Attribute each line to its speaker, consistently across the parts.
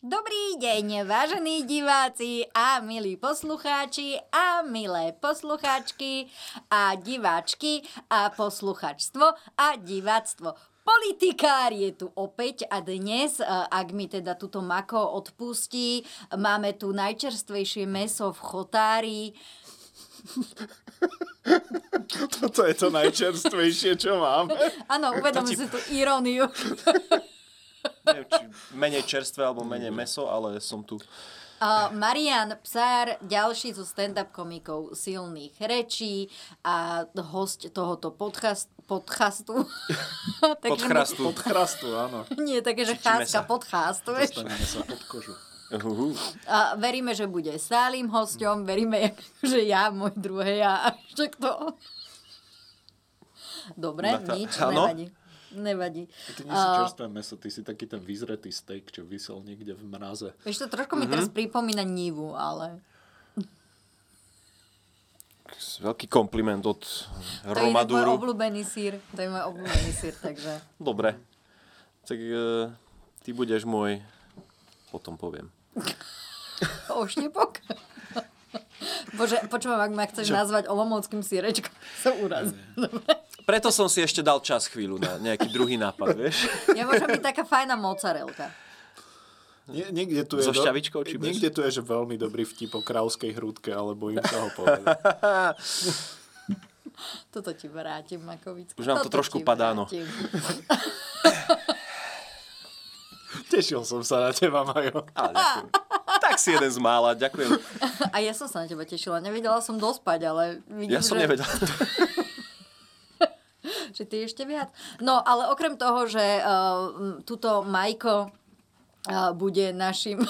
Speaker 1: Dobrý deň, vážení diváci a milí poslucháči a milé poslucháčky a diváčky a posluchačstvo a diváctvo. Politikár je tu opäť a dnes, e, ak mi teda túto mako odpustí, máme tu najčerstvejšie meso v chotári.
Speaker 2: Toto je to najčerstvejšie, čo mám.
Speaker 1: Áno, uvedom si tú iróniu.
Speaker 2: Neviem, či menej čerstvé alebo menej meso, ale som tu.
Speaker 1: A Marian Psár, ďalší zo stand-up komikov silných rečí a host tohoto podcast, podcastu.
Speaker 2: Pod chrastu.
Speaker 1: Mu,
Speaker 2: Pod chrastu, áno.
Speaker 1: nie, také, že
Speaker 2: Čičíme
Speaker 1: cházka
Speaker 2: sa.
Speaker 1: podcast. Vieš?
Speaker 2: Dostaneme sa pod kožu. Uhu.
Speaker 1: A veríme, že bude stálym hosťom, veríme, že ja, môj druhé ja a ešte kto. Dobre,
Speaker 2: Nata-
Speaker 1: nič,
Speaker 2: Áno?
Speaker 1: nevadí. Nevadí.
Speaker 3: Ty nie si
Speaker 1: A,
Speaker 3: čerstvé meso, ty si taký ten vyzretý steak, čo vysel niekde v mraze.
Speaker 1: vieš, to trošku mi teraz pripomína Nivu, ale...
Speaker 2: Veľký kompliment
Speaker 1: To
Speaker 2: od
Speaker 1: je inak môj
Speaker 2: Romadúru.
Speaker 1: obľúbený sír. To je môj obľúbený sír, takže...
Speaker 2: Dobre. Tak e, ty budeš môj... Potom poviem.
Speaker 1: Ošnepok? Bože, počúvam, ak ma chceš Čo? nazvať olomovským sírečkom, som urazil.
Speaker 2: Preto som si ešte dal čas chvíľu na nejaký druhý nápad, vieš?
Speaker 1: Ja môžem byť taká fajná mozzarelka.
Speaker 3: Nie, niekde tu je
Speaker 2: So šťavičkou či bez?
Speaker 3: Niekde tu je, že veľmi dobrý vtip o krauskej hrudke, ale bojím sa ho povedať.
Speaker 1: Toto ti vrátim, Makovický.
Speaker 2: Už nám to
Speaker 1: Toto ti
Speaker 2: trošku padá, no.
Speaker 1: vrátim.
Speaker 3: Tešil som sa na teba, Majo.
Speaker 2: Ale ďakujem. Tak si jeden z mála, ďakujem.
Speaker 1: A ja som sa na teba tešila. Nevedela som dospať, ale vidím,
Speaker 2: Ja som
Speaker 1: že,
Speaker 2: nevedel.
Speaker 1: že ty ešte viac. No, ale okrem toho, že uh, tuto Majko uh, bude našim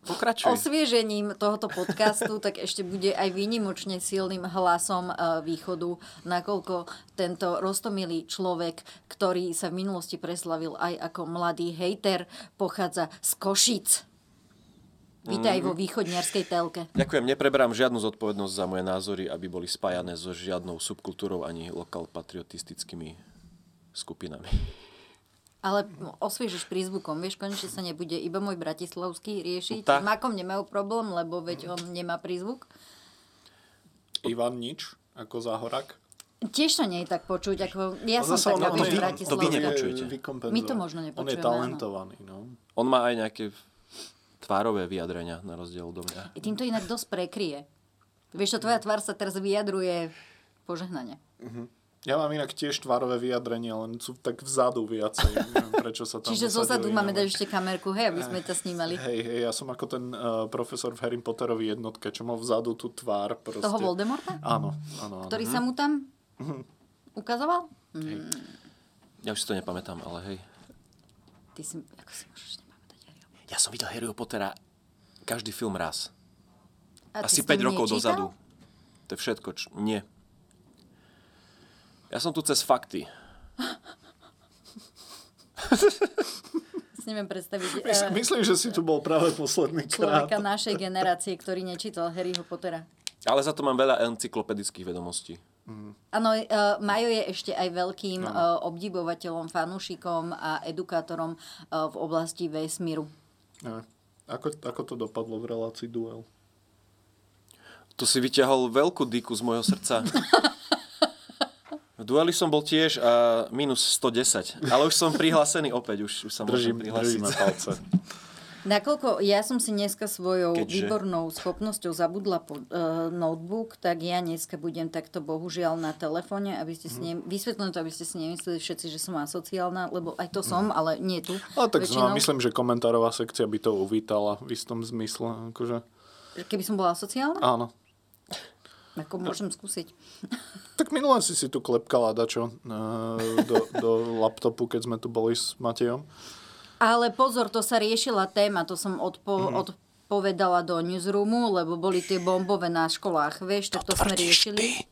Speaker 2: Pokračuj.
Speaker 1: osviežením tohoto podcastu, tak ešte bude aj výnimočne silným hlasom e, východu, nakoľko tento rostomilý človek, ktorý sa v minulosti preslavil aj ako mladý hejter, pochádza z Košic. Vítaj vo východňarskej telke.
Speaker 2: Ďakujem, nepreberám žiadnu zodpovednosť za moje názory, aby boli spájane so žiadnou subkultúrou ani lokálpatriotistickými skupinami.
Speaker 1: Ale osviežiš prízvukom, vieš, konečne sa nebude iba môj bratislavský riešiť. S
Speaker 2: Tak.
Speaker 1: Makom nemajú problém, lebo veď on nemá prízvuk.
Speaker 3: Ivan Nič, ako záhorak.
Speaker 1: Tiež to nie je tak počuť, ako ja som
Speaker 3: No Zase
Speaker 1: tak
Speaker 3: on- on
Speaker 1: robím
Speaker 3: je-
Speaker 1: v
Speaker 2: to vy
Speaker 1: Bratislave.
Speaker 2: ne- nepočujete.
Speaker 3: vie vykompenzovať.
Speaker 1: My to možno
Speaker 3: On je
Speaker 1: nepočujeme, áno.
Speaker 3: talentovaný, no.
Speaker 2: On má aj nejaké tvárové vyjadrenia na rozdiel do mňa.
Speaker 1: Tým to inak dosť prekrie. Vieš, to tvoja tvár sa teraz vyjadruje požehnanie.
Speaker 3: Ja mám inak tiež tvárové vyjadrenie, len sú tak vzadu viacej. Neviem, prečo sa tam
Speaker 1: Čiže zozadu
Speaker 3: usadili,
Speaker 1: máme
Speaker 3: ale-
Speaker 1: dať ešte kamerku, hej, aby sme ťa snímali.
Speaker 3: Hej, hej, ja som ako ten uh, profesor v Harry Potterovi jednotke, čo mal vzadu tú tvár. Proste.
Speaker 1: Toho Voldemorta,
Speaker 3: Áno, áno, áno.
Speaker 1: ktorý sa mu tam ukazoval?
Speaker 2: Ja už si to nepamätám, ale hej.
Speaker 1: Ty si, ako si môžeš nepamätať Harryho Pottera?
Speaker 2: Ja som videl Harryho Pottera každý film raz.
Speaker 1: A ty si
Speaker 2: Asi 5
Speaker 1: to nečítal?
Speaker 2: rokov dozadu. To je všetko. Č- nie. Ja som tu cez fakty.
Speaker 1: Si neviem predstaviť
Speaker 3: Mys-
Speaker 1: eh,
Speaker 3: Myslím, že si tu bol práve posledný krát.
Speaker 1: človeka našej generácie, ktorý nečítal Harryho Pottera.
Speaker 2: Ale za to mám veľa encyklopedických vedomostí.
Speaker 1: Áno, eh, Majo je ešte aj veľkým eh, obdivovateľom, fanúšikom a edukátorom eh, v oblasti vesmíru.
Speaker 3: Ne. Ako, ako to dopadlo v relácii duel?
Speaker 2: To si vyťahol veľkú dýku z môjho srdca. V dueli som bol tiež a minus 110, ale už som prihlásený opäť, už, už sa
Speaker 3: Držím,
Speaker 2: môžem prihlásiť.
Speaker 3: držíme palce.
Speaker 1: Nakoľko ja som si dneska svojou
Speaker 2: Keďže?
Speaker 1: Keďže? výbornou schopnosťou zabudla po, e, notebook, tak ja dneska budem takto bohužiaľ na telefóne, aby ste si ne... vysvetlím to, aby ste si nemysleli všetci, že som asociálna, lebo aj to som, ale nie tu.
Speaker 3: Ale No, tak
Speaker 1: Väčšinou,
Speaker 3: znova, myslím, že komentárová sekcia by to uvítala v istom zmysle. Akože,
Speaker 1: že Keby som bola asociálna,
Speaker 3: áno.
Speaker 1: ako môžem skúsiť.
Speaker 3: Tak minule si si tu klepkala dačo e, do, do laptopu, keď sme tu boli s Matejom.
Speaker 1: Ale pozor, to sa riešila téma, to som odpo- odpovedala do newsroomu, lebo boli tie bombové na školách, vieš, tak to sme riešili.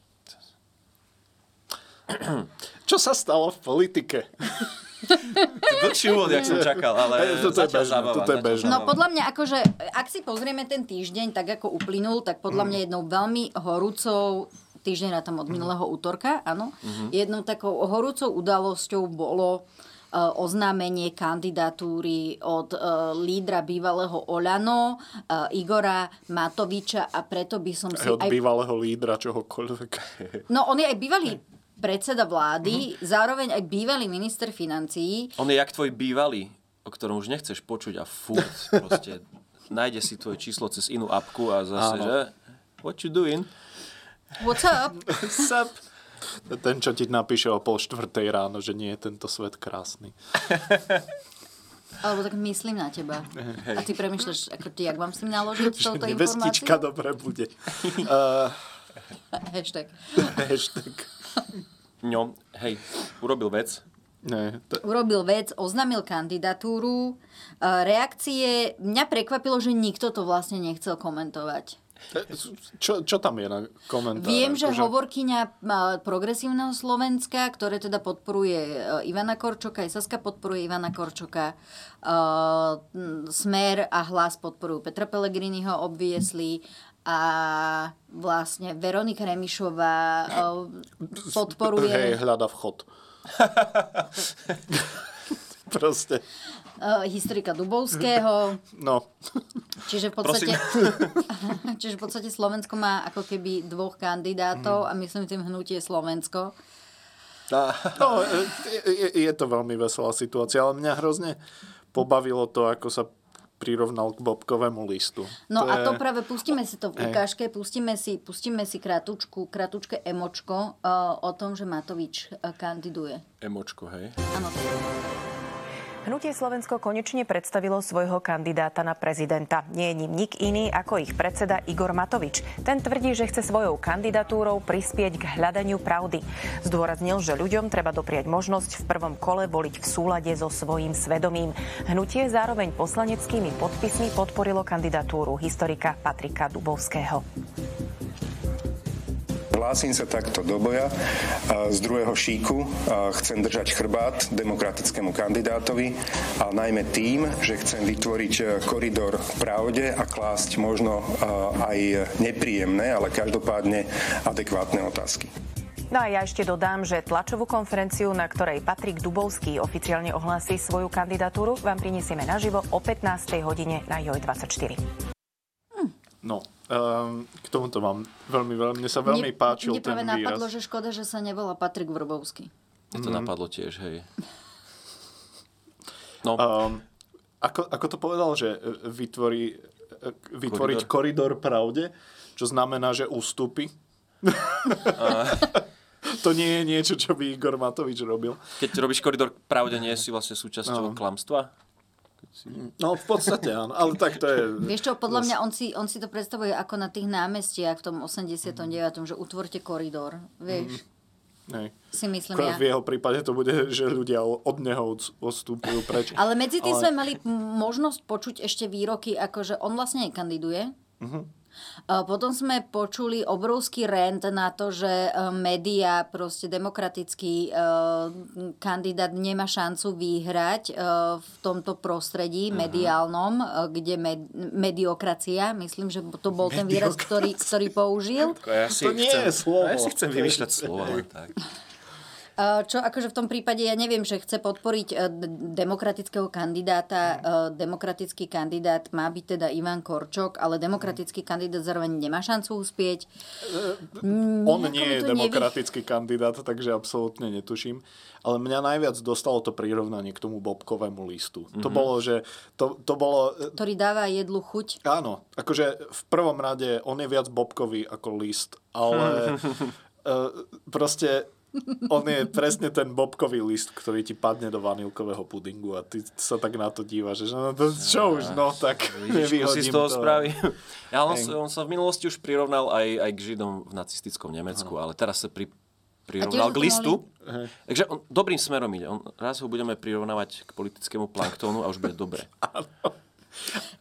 Speaker 3: Čo sa stalo v politike?
Speaker 2: Dlhší úvod, jak som čakal, ale
Speaker 3: Toto je
Speaker 2: zatiaľ
Speaker 3: bežné,
Speaker 2: zábava,
Speaker 3: toto je
Speaker 2: zatiaľ
Speaker 3: bežné.
Speaker 1: No
Speaker 2: zábava.
Speaker 1: podľa mňa, akože, ak si pozrieme ten týždeň, tak ako uplynul, tak podľa
Speaker 3: Mhm.
Speaker 1: mňa jednou veľmi horúcou,
Speaker 3: Mhm.
Speaker 1: týždeň tam od minulého útorka, áno, jednou takou horúcou udalosťou bolo, e, oznámenie kandidatúry od e, lídra bývalého Olano, e, Igora Matoviča a preto by som si
Speaker 3: Aj od bývalého lídra čohokoľvek.
Speaker 1: No on je aj bývalý predseda
Speaker 3: Mhm.
Speaker 1: vlády, zároveň aj bývalý minister financií.
Speaker 2: On je jak tvoj bývalý, o ktorom už nechceš počuť a furt proste nájde si tvoje číslo cez inú apku a zase,
Speaker 3: Áno.
Speaker 2: že what you doing?
Speaker 1: What's up?
Speaker 2: Sup?
Speaker 3: Ten, čo ti napíše o pol štvrtej ráno, že nie je tento svet krásny.
Speaker 1: Alebo tak myslím na teba. A ty premyšľaš, ako ty, jak mám s tým naložiť s
Speaker 3: Že
Speaker 1: touto
Speaker 3: nevestička
Speaker 1: informáciou?
Speaker 3: dobre bude. Uh,
Speaker 1: Hashtag.
Speaker 3: hashtag.
Speaker 2: No, hej, urobil vec.
Speaker 3: Nie, to,
Speaker 1: Urobil vec, oznamil kandidatúru. E, Reakcie, mňa prekvapilo, že nikto to vlastne nechcel komentovať.
Speaker 3: to, čo, čo tam je na komentáre?
Speaker 1: Viem, že
Speaker 3: Akože-
Speaker 1: hovorkyňa m, progresívneho Slovenska, ktoré teda podporuje e, Ivana Korčoka, aj Saska podporuje Ivana Korčoka, e, m, Smer a Hlas podporujú Petra Pellegriniho, obviesli a vlastne Veronika Remišová e, podporuje...
Speaker 3: Hej, hľada vchod. Proste,
Speaker 1: eh, historika Dubovského,
Speaker 3: no.
Speaker 1: čiže v podstate, čiže v podstate Slovensko má ako keby dvoch kandidátov a myslím tým hnutie Slovensko.
Speaker 2: A,
Speaker 3: no je- je, je to veľmi veselá situácia, ale mňa hrozne pobavilo to, ako sa prirovnal k Bobkovému listu.
Speaker 1: No
Speaker 3: to
Speaker 1: a to
Speaker 3: je-
Speaker 1: práve pustíme si to v
Speaker 3: Hej.
Speaker 1: ukážke, pustíme si, pustíme si kratučku, kratučke emočko eh, o tom, že Matovič eh, kandiduje.
Speaker 2: emočko, hej.
Speaker 1: Áno, to je.
Speaker 4: Hnutie Slovensko konečne predstavilo svojho kandidáta na prezidenta. Nie je ním nik iný ako ich predseda Igor Matovič. Ten tvrdí, že chce svojou kandidatúrou prispieť k hľadaniu pravdy. Zdôraznil, že ľuďom treba dopriať možnosť v prvom kole voliť v súlade so svojím svedomím. Hnutie zároveň poslaneckými podpismi podporilo kandidatúru historika Patrika Dubovského.
Speaker 5: Hlásim sa takto do boja. A Z druhého šíku a chcem držať chrbát demokratickému kandidátovi a najmä tým, že chcem vytvoriť e, koridor pravde a klásť možno e, aj nepríjemné, ale každopádne adekvátne otázky.
Speaker 4: No a ja ešte dodám, že tlačovú konferenciu, na ktorej Patrik Dubovský oficiálne ohlási svoju kandidatúru, vám prinesieme naživo o 15. hodine na JOJ24.
Speaker 3: No, um, k tomuto mám veľmi, veľmi, mne sa veľmi
Speaker 1: Mne-
Speaker 3: páčil
Speaker 1: mne
Speaker 3: ten
Speaker 1: práve
Speaker 3: výraz.
Speaker 1: napadlo, že škoda, že sa nevolá Patrik Vrbovský.
Speaker 2: Mne
Speaker 3: Mhm.
Speaker 2: to napadlo tiež, hej. No,
Speaker 3: Um, ako, ako to povedal, že e, vytvorí, e, vytvoriť koridor. koridor pravde, čo znamená, že ústupy. to nie je niečo, čo by Igor Matovič robil.
Speaker 2: keď robíš koridor pravde, nie si vlastne súčasťou klamstva?
Speaker 3: No v podstate áno, ale tak to je...
Speaker 1: Vieš čo, podľa mňa on si, on si to predstavuje ako na tých námestiach v tom 89. že utvorte koridor, vieš,
Speaker 3: Mhm. Hej.
Speaker 1: si myslím ja.
Speaker 3: Ko- V jeho prípade to bude, že ľudia o- od neho od- odstúpujú preč.
Speaker 1: Ale medzi tým ale... sme mali m- možnosť počuť ešte výroky, ako že on vlastne nekandiduje. A Potom sme počuli obrovský rent na to, že e, média, proste demokratický e, kandidát nemá šancu vyhrať e, v tomto prostredí mediálnom, e, kde med, mediokracia, myslím, že to bol ten výraz, ktorý, ktorý použil.
Speaker 2: Ja
Speaker 3: To nie je slovo.
Speaker 2: Ja si chcem vymýšľať slova, len tak.
Speaker 1: Uh, Čo akože v tom prípade, ja neviem, že chce podporiť uh, d- demokratického kandidáta. Uh, Demokratický kandidát má byť teda Ivan Korčok, ale demokratický kandidát zároveň nemá šancu uspieť.
Speaker 3: On
Speaker 1: Nejako mi
Speaker 3: nie je
Speaker 1: to
Speaker 3: demokratický kandidát, takže absolútne netuším. Ale mňa najviac dostalo to prirovnanie k tomu bobkovému listu. Mm-hmm.
Speaker 2: Mhm.
Speaker 3: To bolo, že to, to bolo... e,
Speaker 1: Ktorý dáva jedlu chuť.
Speaker 3: Áno, akože v prvom rade on je viac bobkový ako list, ale e, proste on je presne ten bobkový list, ktorý ti padne do vanilkového pudingu a ty sa tak na to dívaš, že no, to, čo už, no tak
Speaker 2: Vidíš, si z
Speaker 3: nevyhodím
Speaker 2: toho
Speaker 3: to.
Speaker 2: spraví. Ja, on, sa- on sa v minulosti už prirovnal aj, aj k Židom v nacistickom Nemecku, ale teraz sa pri,
Speaker 1: A
Speaker 2: prirovnal
Speaker 1: tiež
Speaker 2: k
Speaker 1: sme
Speaker 2: listu. Takže on dobrým smerom ide. On, raz ho budeme prirovnávať k politickému planktónu a už bude dobre.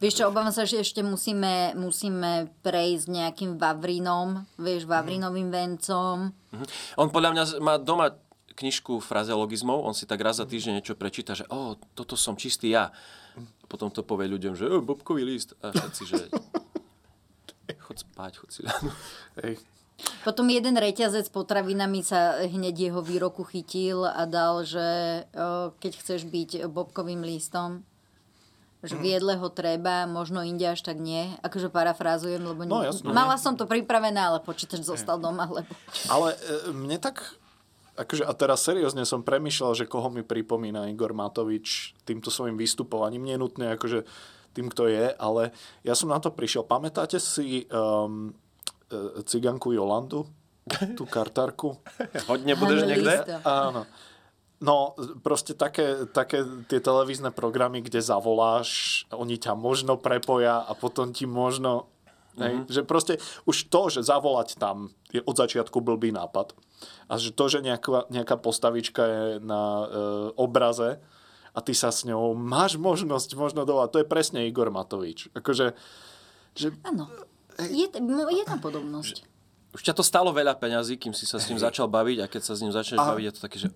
Speaker 1: Vieš čo, obávam sa, že ešte musíme, musíme prejsť nejakým Vavrinom, vieš, Vavrinovým vencom.
Speaker 2: Mhm. On podľa mňa z- má doma knižku frazeologizmov, on si tak raz za týždeň niečo prečíta, že o, toto som čistý ja. Potom to povie ľuďom, že o, bobkový list. A všetci, že chod spať, chod si dať.
Speaker 3: Hej.
Speaker 1: Potom jeden reťazec potravinami sa hneď jeho výroku chytil a dal, že o, keď chceš byť bobkovým listom, že v jedle ho treba, možno inde až tak nie. Akože parafrázujem, lebo
Speaker 3: No,
Speaker 1: ne-
Speaker 3: jasné.
Speaker 1: mala som to pripravené, ale počítač zostal doma, lebo...
Speaker 3: Ale e, mne tak... Akože, a teraz seriózne som premyšľal, že koho mi pripomína Igor Matovič týmto svojim vystupovaním. Nie nutne akože tým, kto je, ale ja som na to prišiel. Pamätáte si um, e, ciganku Jolandu? Tú kartárku?
Speaker 2: Hodne budeš
Speaker 1: Hanno
Speaker 2: niekde?
Speaker 1: Listo.
Speaker 3: Áno. No, proste také, také tie televízne programy, kde zavoláš, oni ťa možno prepoja a potom ti možno... Mm-hmm. Že proste už to, že zavolať tam je od začiatku blbý nápad a že to, že nejaká, nejaká postavička je na e, obraze a ty sa s ňou máš možnosť možno dovolať, to je presne Igor Matovič. Akože, že
Speaker 1: Áno. Je, t- mo- je tam podobnosť.
Speaker 2: Už ťa to stalo veľa peňazí, kým si sa s ním začal baviť a keď sa s ním začneš baviť, je to také, že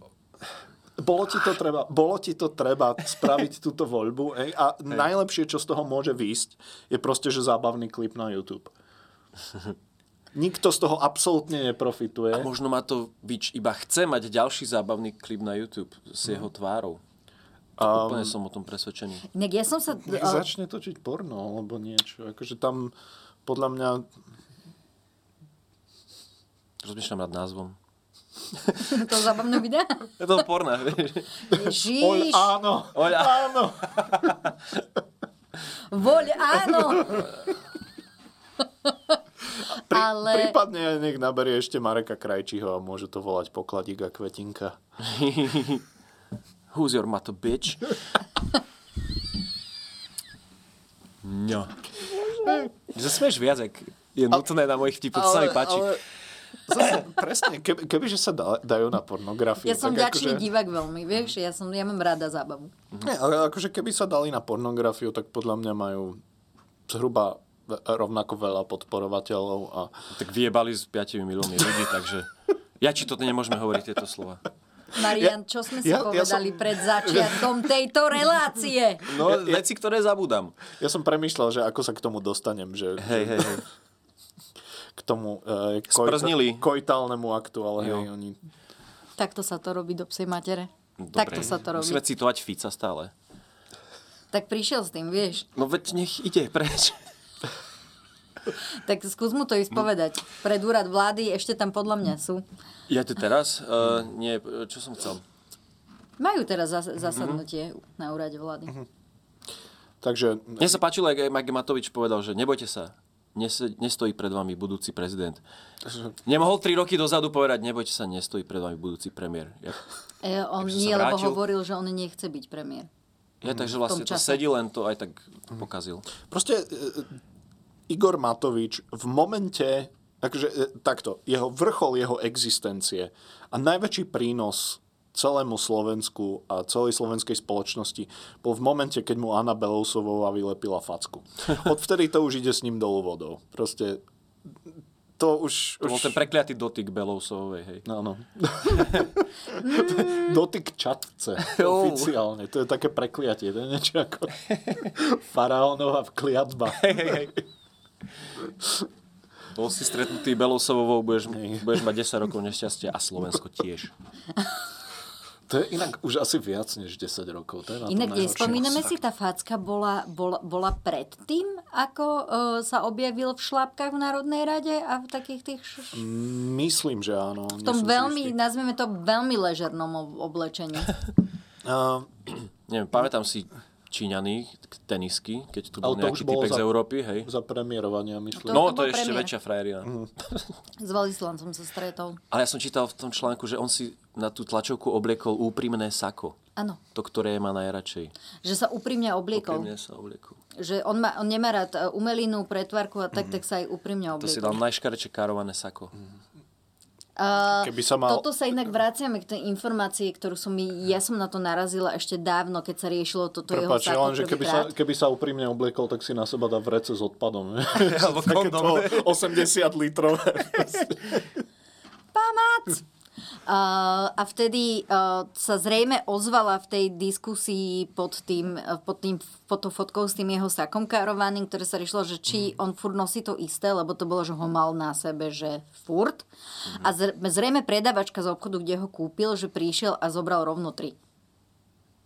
Speaker 3: Bolo ti to treba, bolo ti to treba spraviť túto voľbu ej? a najlepšie, čo z toho môže výjsť, je proste, že zábavný klip na YouTube. Nikto z toho absolútne neprofituje.
Speaker 2: možno ma to Vič iba chce mať ďalší zábavný klip na YouTube s jeho tvárou. To úplne som o tom presvedčený.
Speaker 1: Inak ja som sa...
Speaker 3: Nech
Speaker 1: o,
Speaker 3: začne točiť porno alebo niečo. Akože tam podľa mňa...
Speaker 2: Rozmýšľam nad názvom.
Speaker 1: to zábavné videa.
Speaker 2: Je to porné, vieš.
Speaker 3: Oľ,
Speaker 1: Ježiš,
Speaker 3: áno,
Speaker 2: Oľa.
Speaker 3: áno.
Speaker 1: voľ, áno.
Speaker 3: Pri,
Speaker 1: Ale-
Speaker 3: Prípadne nech naberie ešte Mareka Krajčího a môže to volať pokladík a kvetinka.
Speaker 2: Who's your mato bitch? No. Zasmieš viac, ak je nutné na mojich vtipoch, to sa mi páči.
Speaker 3: Ale, zase, presne, keby, kebyže sa da, dajú na pornografiu.
Speaker 1: Ja som
Speaker 3: tak akože-
Speaker 1: ďačný divák veľmi, vieš, ja, som, ja mám rada zábavu.
Speaker 3: Nie, ale akože keby sa dali na pornografiu, tak podľa mňa majú zhruba ve- rovnako veľa podporovateľov a
Speaker 2: Tak vyjebali s 5 miliónmi ľudí, takže... Ja či to nemôžeme hovoriť tieto slova.
Speaker 1: Marian,
Speaker 3: Ja-
Speaker 1: čo sme si
Speaker 3: ja- ja
Speaker 1: povedali
Speaker 3: som-
Speaker 1: pred začiatkom tejto relácie?
Speaker 2: No, veci, ktoré zabúdam.
Speaker 3: ja som premyšľal, že ako sa k tomu dostanem, že
Speaker 2: Hej, hej, hej.
Speaker 3: k tomu e,
Speaker 2: Sprznili.
Speaker 3: koitálnemu aktu, ale hej, oni...
Speaker 1: Takto sa to robí do psej matere.
Speaker 2: Dobre.
Speaker 1: Takto sa to robí.
Speaker 2: Musíme citovať Fica stále.
Speaker 1: Tak prišiel s tým, vieš.
Speaker 2: No veď nech ide preč.
Speaker 1: Tak skús mu to
Speaker 3: Hm.
Speaker 1: ísť povedať. Pred úrad vlády ešte tam podľa mňa sú.
Speaker 2: Ja tu teraz? Uh, nie, e, čo som chcel?
Speaker 1: Majú teraz
Speaker 3: Mhm.
Speaker 1: zas- zasadnutie na úrade vlády.
Speaker 3: Takže
Speaker 2: Mne sa páčilo, ak aj Mike Matovič povedal, že nebojte sa, nes- nestojí pred vami budúci prezident. Nemohol tri roky dozadu povedať, nebojte sa, nestojí pred vami budúci premiér. Ja,
Speaker 1: E, on
Speaker 2: Takže sa
Speaker 1: nie, lebo
Speaker 2: vrátil.
Speaker 1: hovoril, že on nechce byť premiér.
Speaker 2: ja
Speaker 3: Mhm.
Speaker 2: takže vlastne to
Speaker 1: čase.
Speaker 2: sedí, len to aj tak pokazil.
Speaker 3: proste e, Igor Matovič v momente, akože e, takto, jeho vrchol jeho existencie a najväčší prínos celému Slovensku a celej slovenskej spoločnosti bol v momente, keď mu Anna Belousovová vylepila facku. Odvtedy to už ide s ním dolu vodou. Proste to už...
Speaker 2: To bol
Speaker 3: už...
Speaker 2: ten prekliatý dotyk Belousovej, hej.
Speaker 3: Áno. Dotyk čatce.
Speaker 2: Jú.
Speaker 3: Oficiálne. To je také prekliatie. To je niečo ako faraónova kliatba.
Speaker 2: Bol si stretnutý Belousovou, budeš, budeš mať 10 rokov nešťastia a Slovensko tiež.
Speaker 3: To je inak už asi viac než 10 rokov. To je na tom
Speaker 1: Inak
Speaker 3: najhoršie.
Speaker 1: nespomíname si, tá facka bola, bola, bola predtým, ako e, sa objavil v šlápkach v Národnej rade a v takých tých... Š-
Speaker 3: Myslím, že áno.
Speaker 1: v tom veľmi, nazveme to veľmi ležernom ob- oblečení.
Speaker 3: Uh,
Speaker 2: Neviem, pamätám si Číňany, k- tenisky, keď tu bol
Speaker 3: ale to už
Speaker 2: nejaký
Speaker 3: bolo
Speaker 2: typek
Speaker 3: za,
Speaker 2: z Európy, hej.
Speaker 3: za premiérovania, myslím.
Speaker 1: To- bol
Speaker 2: No, to je ešte
Speaker 1: premiér.
Speaker 2: väčšia frajerina.
Speaker 3: Mhm.
Speaker 1: S Valislancom sa stretol.
Speaker 2: Ale ja som čítal v tom článku, že on si na tú tlačovku obliekol úprimné sako.
Speaker 1: Áno,
Speaker 2: To, ktoré má najradšej.
Speaker 1: že sa úprimne obliekol.
Speaker 2: Úprimne sa obliekol.
Speaker 1: Že on, má, on nemá rád e, umelinu, pretvarku a
Speaker 3: Mhm.
Speaker 1: tak, tak sa aj úprimne
Speaker 2: To si
Speaker 1: obliekol.
Speaker 2: dal najškarče karované sako.
Speaker 1: A
Speaker 3: Keby sa mal-
Speaker 1: Toto sa inak vraciame k tej informácii, ktorú som mi, ja som na to narazila ešte dávno, keď sa riešilo toto
Speaker 3: Prepač, ja
Speaker 1: jeho
Speaker 3: len, že keby sa, keby sa úprimne obliekol, tak si na seba dá vrece s odpadom. ne?
Speaker 2: Alebo
Speaker 3: Také to 80 litrové.
Speaker 1: Pamác! Uh, Eh, a vtedy uh, sa zrejme ozvala v tej diskusii pod tým, eh, pod tým pod tou fotkou s tým jeho sakom karovaným, ktoré sa riešilo, že či on furt nosí to isté, lebo to bolo, že ho mal na sebe, že furt. A zr- zrejme predavačka z obchodu, kde ho kúpil, že prišiel a zobral rovno tri.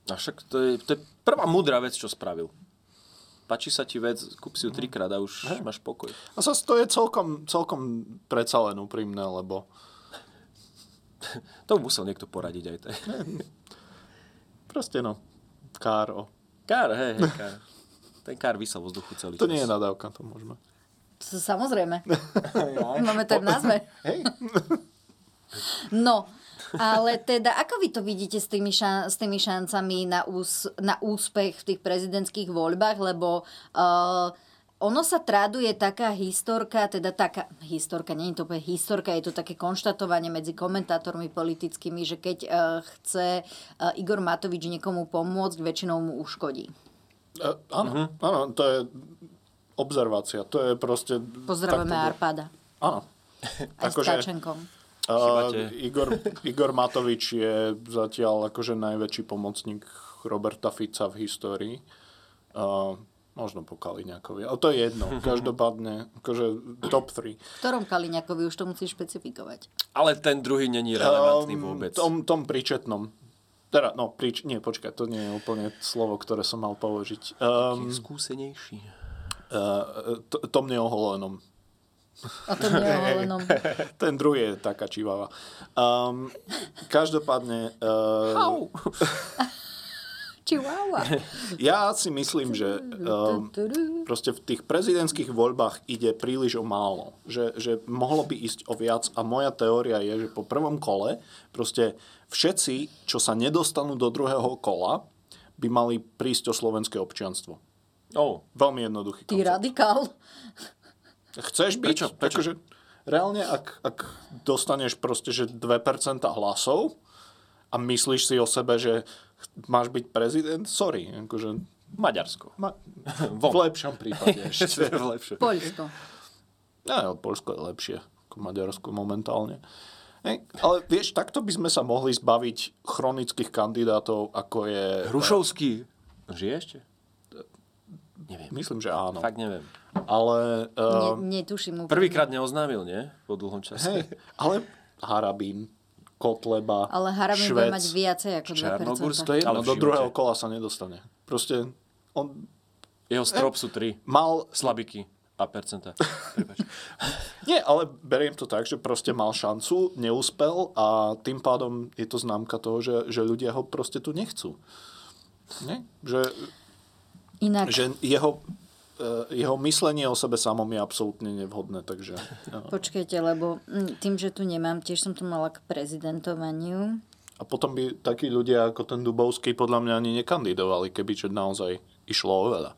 Speaker 2: A však to je, to je prvá múdra vec, čo spravil. Páči sa ti vec, kúp si ju trikrát a už máš pokoj.
Speaker 3: A zase to je celkom, celkom predsa len úprimné, lebo
Speaker 2: To musel niekto poradiť aj tak.
Speaker 3: proste no, káro.
Speaker 2: Kár, hej, hej, kár. Ten kár vysel vo vzduchu celý
Speaker 3: To nie je nadávka, to môžeme.
Speaker 1: S- Samozrejme. Máme to aj v názve.
Speaker 3: Hej.
Speaker 1: No, ale teda, ako vy to vidíte s tými, šan- s tými šancami na, ús- na úspech v tých prezidentských voľbách, lebo uh, ono sa traduje taká historka, teda taká historka, nie je to úplne historka, je to také konštatovanie medzi komentátormi politickými, že keď uh, chce uh, Igor Matovič niekomu pomôcť, väčšinou mu uškodí.
Speaker 3: E, áno, áno, to je observácia. To je proste...
Speaker 1: Pozdravujeme
Speaker 3: Hm, tak to bolo. Akože-
Speaker 1: Arpada.
Speaker 3: Áno.
Speaker 1: Aj s Tkačenkom.
Speaker 3: Uh,
Speaker 2: Chýbate.
Speaker 3: Igor, Igor Matovič je zatiaľ akože najväčší pomocník Roberta Fica v histórii. Uh, možno po Kaliňakovi, ale to je jedno. Každopádne, akože top 3.
Speaker 1: V ktorom Kaliňakovi už to musíš špecifikovať?
Speaker 2: Ale ten druhý není relevantný
Speaker 3: Um,
Speaker 2: vôbec.
Speaker 3: Tom, tom pričetnom. Teda, no, prič, nie, počkaj, to nie je úplne slovo, ktoré som mal použiť. Um,
Speaker 2: Je skúsenejší.
Speaker 3: uh, to, tom neoholenom.
Speaker 1: A to nie o Helenom.
Speaker 3: Ten druhý je taká čivava. Um, každopádne, uh,
Speaker 2: Au.
Speaker 1: Chihuahua.
Speaker 3: ja si myslím, že um, proste v tých prezidentských voľbách ide príliš o málo. Že, že mohlo by ísť o viac a moja teória je, že po prvom kole proste všetci, čo sa nedostanú do druhého kola, by mali prísť o slovenské občianstvo.
Speaker 2: Oh.
Speaker 3: Veľmi jednoduchý
Speaker 1: Ty
Speaker 3: koncept.
Speaker 1: radikál.
Speaker 3: Chceš byť?
Speaker 2: Prečo? Prečo?
Speaker 3: Akože, reálne, ak, ak dostaneš proste, že 2% hlasov a myslíš si o sebe, že ch- máš byť prezident, sorry. Akože,
Speaker 2: Maďarsko.
Speaker 3: ma,
Speaker 2: Von.
Speaker 3: v lepšom prípade ešte.
Speaker 2: Ešte lepšie.
Speaker 1: Poľsko.
Speaker 3: No, ale Polsko je lepšie ako Maďarsko momentálne. Hej, ale vieš, takto by sme sa mohli zbaviť chronických kandidátov, ako je...
Speaker 2: Hrušovský. Žije ešte? Neviem.
Speaker 3: Myslím, že áno.
Speaker 2: Fakt neviem.
Speaker 3: Ale...
Speaker 1: Ne,
Speaker 3: Uh,
Speaker 1: netuším úplne.
Speaker 2: Prvýkrát neoznámil, nie? Po dlhom čase.
Speaker 3: hej, ale Harabín, Kotleba,
Speaker 1: Ale Harabin bude
Speaker 3: Švec,
Speaker 1: mať viacej ako 2%.
Speaker 2: Čarnogórsko
Speaker 3: To je jedno,
Speaker 2: Ale v
Speaker 3: do
Speaker 2: živote.
Speaker 3: druhého kola sa nedostane. Proste on
Speaker 2: Jeho strop sú tri.
Speaker 3: mal...
Speaker 2: Slabiky a percenta. Prepač.
Speaker 3: Nie, ale beriem to tak, že proste mal šancu, neúspel a tým pádom je to známka toho, že, že ľudia ho proste tu nechcú. Nie? Že,
Speaker 1: Inak,
Speaker 3: že jeho, eh, jeho myslenie o sebe samom je absolútne nevhodné, takže... áno.
Speaker 1: počkajte, lebo mm, tým, že tu nemám, tiež som to mala k prezidentovaniu.
Speaker 3: A potom by takí ľudia ako ten Dubovský podľa mňa ani nekandidovali, keby že naozaj išlo o veľa.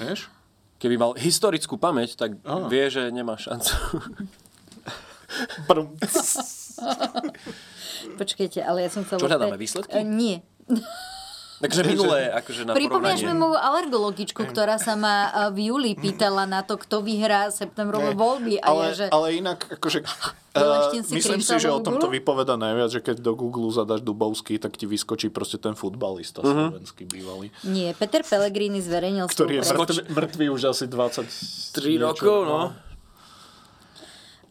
Speaker 3: Vieš?
Speaker 2: Keby mal historickú pamäť, tak vie, že nemá šancu.
Speaker 3: Brum.
Speaker 1: Počkajte, ale ja som chcela...
Speaker 2: Čo hľadáme,
Speaker 1: povedať-
Speaker 2: výsledky?
Speaker 1: E, nie.
Speaker 2: Takže minulé, akože na
Speaker 1: Pripomínaš mi
Speaker 2: porovnanie.
Speaker 1: moju alergologičku, ktorá sa ma e, v júli pýtala na to, kto vyhrá septembrové
Speaker 3: Nie.
Speaker 1: voľby. A
Speaker 3: ale,
Speaker 1: ja, že...
Speaker 3: ale inak, akože,
Speaker 1: Doleštin
Speaker 3: uh,
Speaker 1: si
Speaker 3: myslím si, že
Speaker 1: kryštálovú
Speaker 3: o tomto
Speaker 1: gulu?
Speaker 3: vypoveda najviac, že keď do Google zadaš Dubovský, tak ti vyskočí proste ten futbalista mm-hmm. slovenský bývalý.
Speaker 1: Nie, Peter Pellegrini zverejnil
Speaker 3: Ktorý je
Speaker 1: svoju
Speaker 3: mŕtvy, mŕtvy už asi 20...
Speaker 2: Tri
Speaker 3: niečo,
Speaker 2: rokov, no.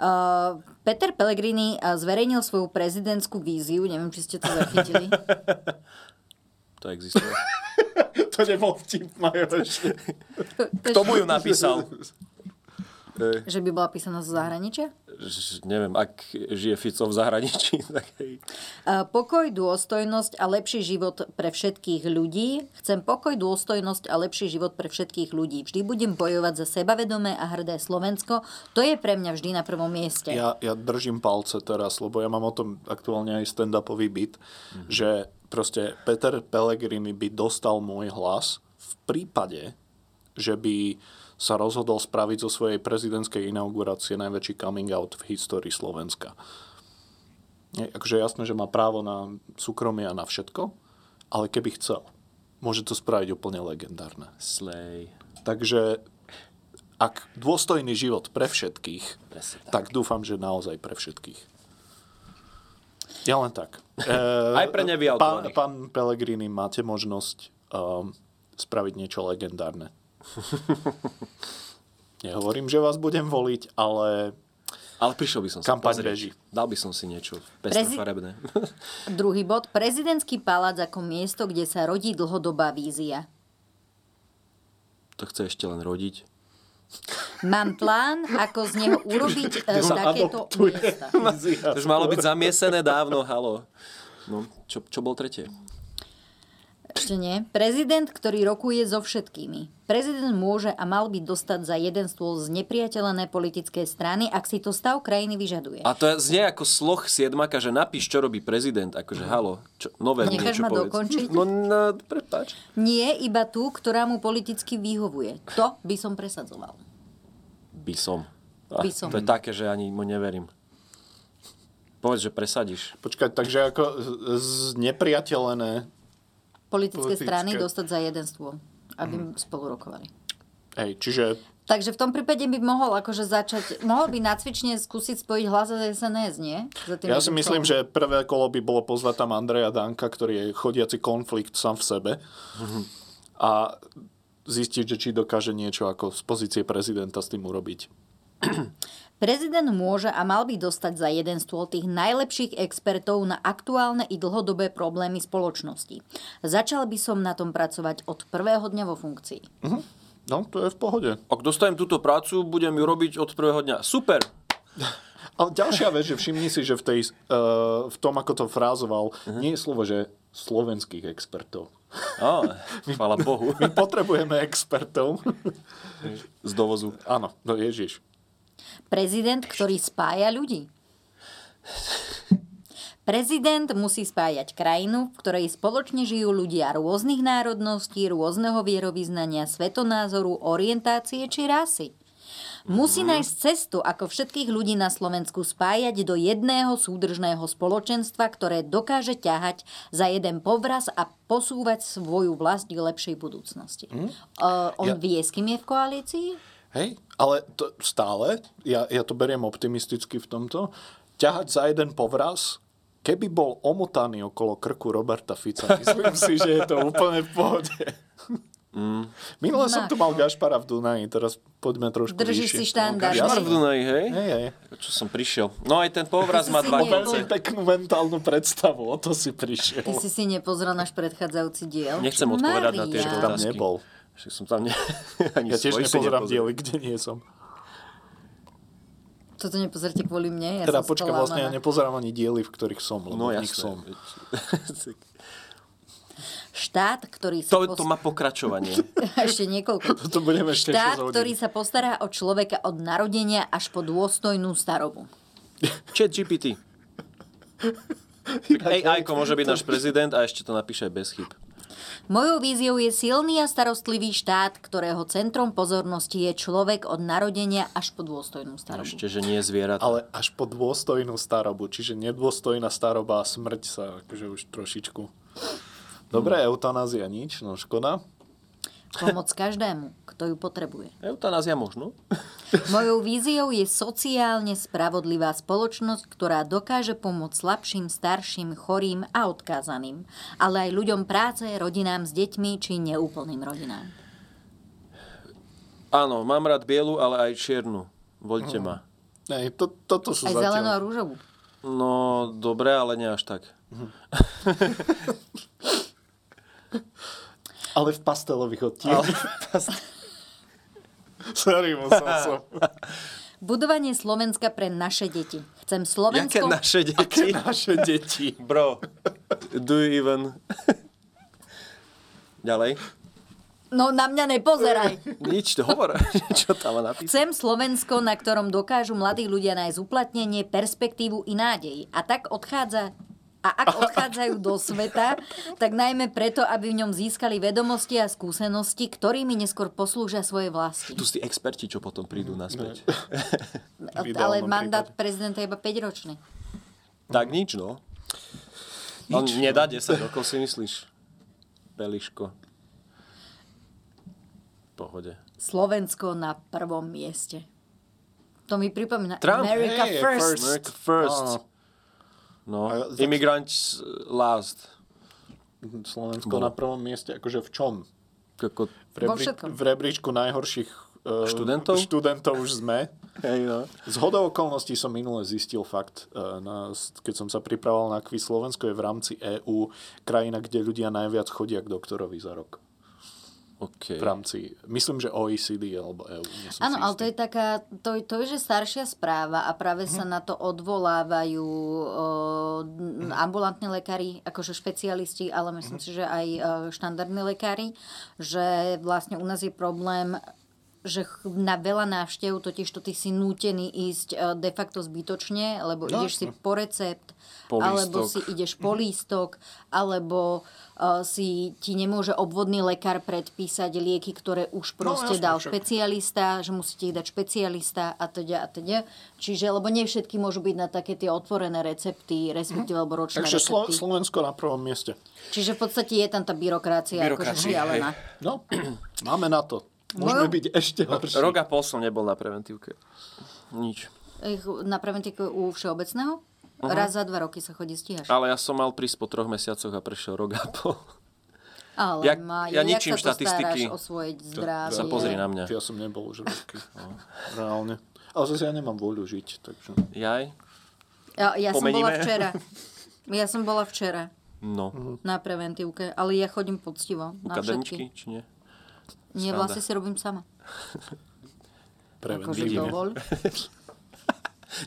Speaker 1: Uh, Peter Pellegrini uh, zverejnil svoju prezidentskú víziu, neviem, či ste to zachytili.
Speaker 2: To existuje.
Speaker 3: To nebol vtip, Majo, ešte.
Speaker 1: K
Speaker 2: Kto mu ju napísal?
Speaker 1: Že by bola písaná zo zahraničia? E,
Speaker 2: Ž- neviem, ak žije Fico v zahraničí, tak hej.
Speaker 1: Uh, Pokoj, dôstojnosť a lepší život pre všetkých ľudí. Chcem pokoj, dôstojnosť a lepší život pre všetkých ľudí. Vždy budem bojovať za sebavedomé a hrdé Slovensko. To je pre mňa vždy na prvom mieste.
Speaker 3: Ja, ja držím palce teraz, lebo ja mám o tom aktuálne aj stand-upový byt, mm-hmm. že proste Peter Pellegrini by dostal môj hlas v prípade, že by sa rozhodol spraviť zo svojej prezidentskej inaugurácie najväčší coming out v histórii Slovenska. Je akože jasné, že má právo na súkromie a na všetko, ale keby chcel, môže to spraviť úplne legendárne.
Speaker 2: Slej.
Speaker 3: Takže ak dôstojný život pre všetkých,
Speaker 2: Presne
Speaker 3: tak. tak dúfam, že naozaj pre všetkých. Ja len tak. E,
Speaker 2: Aj pre
Speaker 3: pán,
Speaker 2: nevyautoľných.
Speaker 3: pán Pellegrini, máte možnosť um, spraviť niečo legendárne. Nehovorím, že vás budem voliť, ale
Speaker 2: Ale prišiel by som sa
Speaker 3: Kampaň
Speaker 2: pozrieť.
Speaker 3: beží.
Speaker 2: Dal by som si niečo
Speaker 1: Prezi-
Speaker 2: pestrofarebné.
Speaker 1: Druhý bod. Prezidentský palác ako miesto, kde sa rodí dlhodobá vízia.
Speaker 2: to chce ešte len rodiť.
Speaker 1: Mám plán, ako z neho urobiť e,
Speaker 3: sa
Speaker 1: takéto
Speaker 3: adoptuje.
Speaker 1: miesta.
Speaker 2: To už malo byť zamiesené dávno, halo. No, čo, čo bol tretie?
Speaker 1: Ešte nie. Prezident, ktorý rokuje so všetkými. Prezident môže a mal by dostať za jeden stôl z nepriateľené politické strany, ak si to stav krajiny vyžaduje.
Speaker 2: A to je- znie ako sloh siedmaka, že napíš, čo robí prezident. Akože, halo, čo, nové mi
Speaker 1: Necháš
Speaker 2: niečo
Speaker 1: Mhm. ma
Speaker 2: povedz.
Speaker 1: dokončiť?
Speaker 2: No, no prepáč.
Speaker 1: Nie iba tú, ktorá mu politicky vyhovuje. To by som presadzoval.
Speaker 2: By som.
Speaker 1: By som.
Speaker 2: To je také, že ani mu neverím. Povedz, že presadíš.
Speaker 3: počkať, takže ako z- znepriateľené,
Speaker 1: Politické,
Speaker 3: Politické. Mhm.
Speaker 1: strany dostať za jeden stôl, aby spolu rokovali.
Speaker 3: hej, čiže
Speaker 1: Takže v tom prípade by mohol akože začať, mohol by na cvične skúsiť spojiť hlas a SNS, nie? Za tým
Speaker 3: ja
Speaker 2: Teda
Speaker 3: si
Speaker 1: jedným
Speaker 3: myslím,
Speaker 1: stolom.
Speaker 3: že prvé kolo by bolo pozvať tam Andreja Danka, ktorý je chodiaci konflikt sám v sebe
Speaker 2: Mhm.
Speaker 3: a zistiť, že či dokáže niečo ako z pozície prezidenta s tým urobiť.
Speaker 1: Prezident môže a mal by dostať za jeden stôl tých najlepších expertov na aktuálne i dlhodobé problémy spoločnosti. Začal by som na tom pracovať od prvého dňa vo funkcii.
Speaker 3: No, to je v pohode.
Speaker 2: Ak dostanem túto prácu, budem ju robiť od prvého dňa. Super!
Speaker 3: Ale ďalšia vec, že všimni si, že v, tej, uh, v tom, ako to
Speaker 2: Mhm.
Speaker 3: frázoval, uh-huh. nie je slovo, že slovenských expertov.
Speaker 2: Á, chvala Bohu.
Speaker 3: My potrebujeme expertov.
Speaker 2: Z dovozu.
Speaker 3: Áno, no ježiš.
Speaker 1: Prezident, ktorý spája ľudí. Prezident musí spájať krajinu, v ktorej spoločne žijú ľudia rôznych národností, rôzneho vierovýznania, svetonázoru, orientácie či rasy. Musí nájsť cestu, ako všetkých ľudí na Slovensku spájať do jedného súdržného spoločenstva, ktoré dokáže ťahať za jeden povraz a posúvať svoju vlast k lepšej budúcnosti. Uh, on
Speaker 3: Ja-
Speaker 1: vie, s kým je v koalícii?
Speaker 3: Hej, ale to, stále, ja, ja to beriem optimisticky v tomto, ťahať za jeden povraz, keby bol omotaný okolo krku Roberta Fica, myslím si, že je to úplne v pohode.
Speaker 2: Mm.
Speaker 3: Minule som tu mal Gašpara v Dunaji, teraz poďme trošku
Speaker 1: Držíš
Speaker 3: vyššie.
Speaker 1: si štandard.
Speaker 2: Gašpar
Speaker 1: Jasne.
Speaker 2: v Dunaji, hej?
Speaker 3: Hej, hej.
Speaker 2: Čo som prišiel? No aj ten
Speaker 1: Ty
Speaker 2: povraz
Speaker 1: si
Speaker 2: má
Speaker 1: si
Speaker 2: dva
Speaker 1: nebol.
Speaker 2: konce.
Speaker 3: Veľmi peknú mentálnu predstavu, o to si prišiel.
Speaker 1: Ty si si nepozrel náš predchádzajúci diel.
Speaker 2: Nechcem odpovedať na tie
Speaker 1: Maria.
Speaker 3: Tam
Speaker 2: otázky.
Speaker 3: nebol.
Speaker 2: Však som tam ne... ani
Speaker 3: Ja tiež
Speaker 2: svoj si
Speaker 3: nepozerám
Speaker 2: nepozrel.
Speaker 3: diely, kde nie som.
Speaker 1: Toto nepozrite kvôli mne. Ja
Speaker 3: Teda
Speaker 1: som
Speaker 3: počkaj,
Speaker 1: spolámaná.
Speaker 3: vlastne ja nepozerám ani diely, v ktorých som, lebo
Speaker 2: No
Speaker 3: v nich
Speaker 2: jasné.
Speaker 3: som.
Speaker 1: Štát, ktorý sa...
Speaker 2: To,
Speaker 1: pos-
Speaker 2: to má pokračovanie.
Speaker 1: Ešte niekoľko.
Speaker 3: To budeme ešte
Speaker 1: Štát,
Speaker 3: 6 hodín.
Speaker 1: ktorý sa postará o človeka od narodenia až po dôstojnú starobu.
Speaker 2: Chat GPT. AI ko môže byť náš prezident a ešte to napíše aj bez chyb.
Speaker 1: Mojou víziou je silný a starostlivý štát, ktorého centrom pozornosti je človek od narodenia až po dôstojnú starobu.
Speaker 2: Ešte, že nie je zvierat.
Speaker 3: Ale až po dôstojnú starobu, čiže nedôstojná staroba a smrť sa akože už trošičku... Dobre, eutanázia nič, no škoda.
Speaker 1: Pomoc každému, kto ju potrebuje.
Speaker 2: Eutanázia možno?
Speaker 1: Mojou víziou je sociálne spravodlivá spoločnosť, ktorá dokáže pomôcť slabším, starším, chorým a odkázaným, ale aj ľuďom práce, rodinám s deťmi či neúplným rodinám.
Speaker 2: Áno, mám rád bielu, ale aj čiernu. Voľte ma.
Speaker 3: Ej, to, toto sú
Speaker 1: Aj zelenú a
Speaker 3: zatiaľ...
Speaker 1: rúžovú.
Speaker 2: No, dobre, ale nie až tak.
Speaker 3: Ale v pastelových odtieňoch. Sorry, musel som.
Speaker 1: Budovanie Slovenska pre naše deti. Chcem
Speaker 2: Jaké
Speaker 1: Slovensko...
Speaker 2: naše deti?
Speaker 3: Aké naše deti.
Speaker 2: Bro, do you even... Ďalej.
Speaker 1: No na mňa nepozeraj.
Speaker 2: Nič, hovor. Čo tam má napísať?
Speaker 1: Chcem Slovensko, na ktorom dokážu mladí ľudia nájsť uplatnenie, perspektívu i nádej. A tak odchádza a ak odchádzajú do sveta, tak najmä preto, aby v ňom získali vedomosti a skúsenosti, ktorými neskôr poslúžia svojej vlasti.
Speaker 2: Tu sú tí experti, čo potom prídu naspäť.
Speaker 1: No, Ale
Speaker 2: no,
Speaker 3: ideálnom
Speaker 1: mandát prezidenta je iba 5-ročný.
Speaker 2: Tak nič, no. On nedá 10 rokov, si myslíš? Peliško. Pohode.
Speaker 1: Slovensko na prvom mieste. To mi pripomína
Speaker 2: Trump,
Speaker 1: America
Speaker 3: hej,
Speaker 1: first.
Speaker 2: America first.
Speaker 3: Áno.
Speaker 2: No.
Speaker 3: A za-
Speaker 2: Immigrants last.
Speaker 3: No, Slovensko na prvom mieste, akože v čom?
Speaker 2: Ako...
Speaker 3: V,
Speaker 1: Vo
Speaker 3: rebri-
Speaker 1: všetkom.
Speaker 3: v rebríčku najhorších eh,
Speaker 2: Študentov?
Speaker 3: študentov už sme.
Speaker 2: Hej, no.
Speaker 3: Z hodou okolností som minule zistil fakt, eh, na, keď som sa pripravoval na quiz, Slovensko je v rámci EÚ krajina, kde ľudia najviac chodia k doktorovi za rok.
Speaker 2: OK.
Speaker 3: V rámci, myslím, že OECD alebo EÚ. nie som
Speaker 1: Áno,
Speaker 3: si
Speaker 1: ale
Speaker 3: istý.
Speaker 1: to je taká, to, je- to je, že staršia správa a práve sa
Speaker 3: Mhm.
Speaker 1: na to odvolávajú o, n- ambulantní lekári, akože špecialisti, ale myslím
Speaker 3: Mhm.
Speaker 1: si, že aj e, štandardní lekári, že vlastne u nás je problém že ch- na veľa návštev totiž to ty si nútený ísť e, de facto zbytočne, lebo
Speaker 3: No,
Speaker 1: ideš si po recept,
Speaker 2: Po
Speaker 1: alebo
Speaker 2: lístok.
Speaker 1: si ideš
Speaker 3: Mhm.
Speaker 1: po lístok, alebo e, si ti nemôže obvodný lekár predpísať lieky, ktoré už proste
Speaker 3: No, jasné,
Speaker 1: dal
Speaker 3: však.
Speaker 1: špecialista, že musíte ich dať špecialista a teda a teda. Čiže, lebo nie všetky môžu byť na také tie otvorené recepty, respektíve alebo ročné
Speaker 3: Takže Slo-
Speaker 1: recepty.
Speaker 3: Slovensko na prvom mieste.
Speaker 1: Čiže v podstate je tam tá byrokracia,
Speaker 2: Byrokracia,
Speaker 1: akože šialená.
Speaker 2: hej.
Speaker 3: No, máme na to.
Speaker 1: No.
Speaker 3: Môžeme byť ešte horší.
Speaker 2: Rok a pol som nebol na preventívke. Nič.
Speaker 1: Ich Na preventívku u všeobecného? Raz za dva roky sa chodí stíhaš.
Speaker 2: Ale ja som mal prísť po troch mesiacoch a prešiel rok a pol.
Speaker 1: Ale
Speaker 2: ja-
Speaker 1: má,
Speaker 2: ja
Speaker 1: jak
Speaker 2: ničím
Speaker 1: sa to
Speaker 2: štatistiky.
Speaker 1: staráš o svoje zdravie?
Speaker 2: Sa pozri na mňa. No.
Speaker 3: Ja som nebol už roky. Reálne. Ale zase ja nemám voľu žiť, takže...
Speaker 2: Jaj?
Speaker 1: Ja, ja som bola
Speaker 2: Pomeníme.
Speaker 1: včera. Ja som bola včera
Speaker 2: No.
Speaker 1: na preventívke, ale ja chodím poctivo
Speaker 2: U
Speaker 1: na všetky.
Speaker 2: kadeničky, či nie?
Speaker 1: Nie,
Speaker 2: Sranda.
Speaker 1: vlastne si robím sama. Akože
Speaker 3: Preventívne.
Speaker 1: dovol.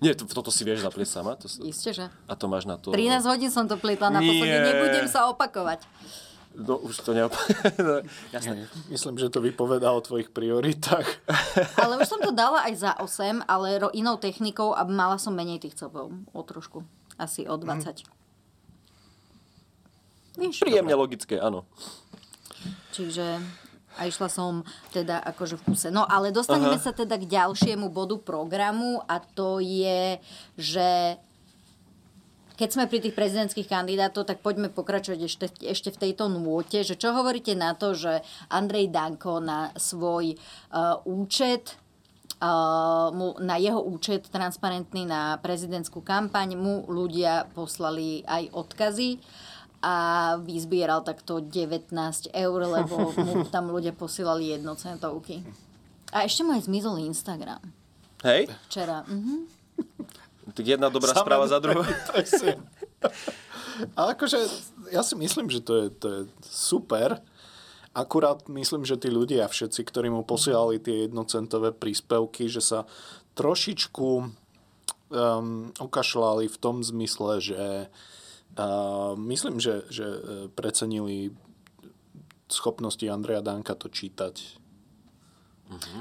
Speaker 2: Nie, to, toto si vieš zaplieť sama? To, sa-
Speaker 1: Isté, že?
Speaker 2: a to máš na to...
Speaker 1: 13 hodín som to plietla na posledne,
Speaker 2: Nie.
Speaker 1: nebudem sa opakovať.
Speaker 2: No, už to neop... Jasné.
Speaker 3: Myslím, že to vypovedá o tvojich prioritách.
Speaker 1: Ale už som to dala aj za 8, ale ro- inou technikou a mala som menej tých copov. O trošku. Asi o 20. Vieš,
Speaker 2: Príjemne logické, áno.
Speaker 1: Čiže a išla som teda akože v kuse. No ale dostaneme Aha. sa teda k ďalšiemu bodu programu a to je, že keď sme pri tých prezidentských kandidátov, tak poďme pokračovať ešte, ešte v tejto nôte, že čo hovoríte na to, že Andrej Danko na svoj uh, účet uh, mu, na jeho účet transparentný na prezidentskú kampaň mu ľudia poslali aj odkazy a vyzbieral takto 19 eur, lebo mu tam ľudia posílali jednocentovky. A ešte mu aj zmizol Instagram
Speaker 2: Hej?
Speaker 1: včera. Mhm.
Speaker 2: Tak jedna dobrá správa za druhou.
Speaker 3: Impresie. A akože, ja si myslím, že to je, to je super. Akurát myslím, že tí ľudia všetci, ktorí mu posielali tie jednocentové príspevky, že sa trošičku um, ukašľali v tom zmysle, že uh, myslím, že, že eh, precenili schopnosti Andreja Danka to čítať.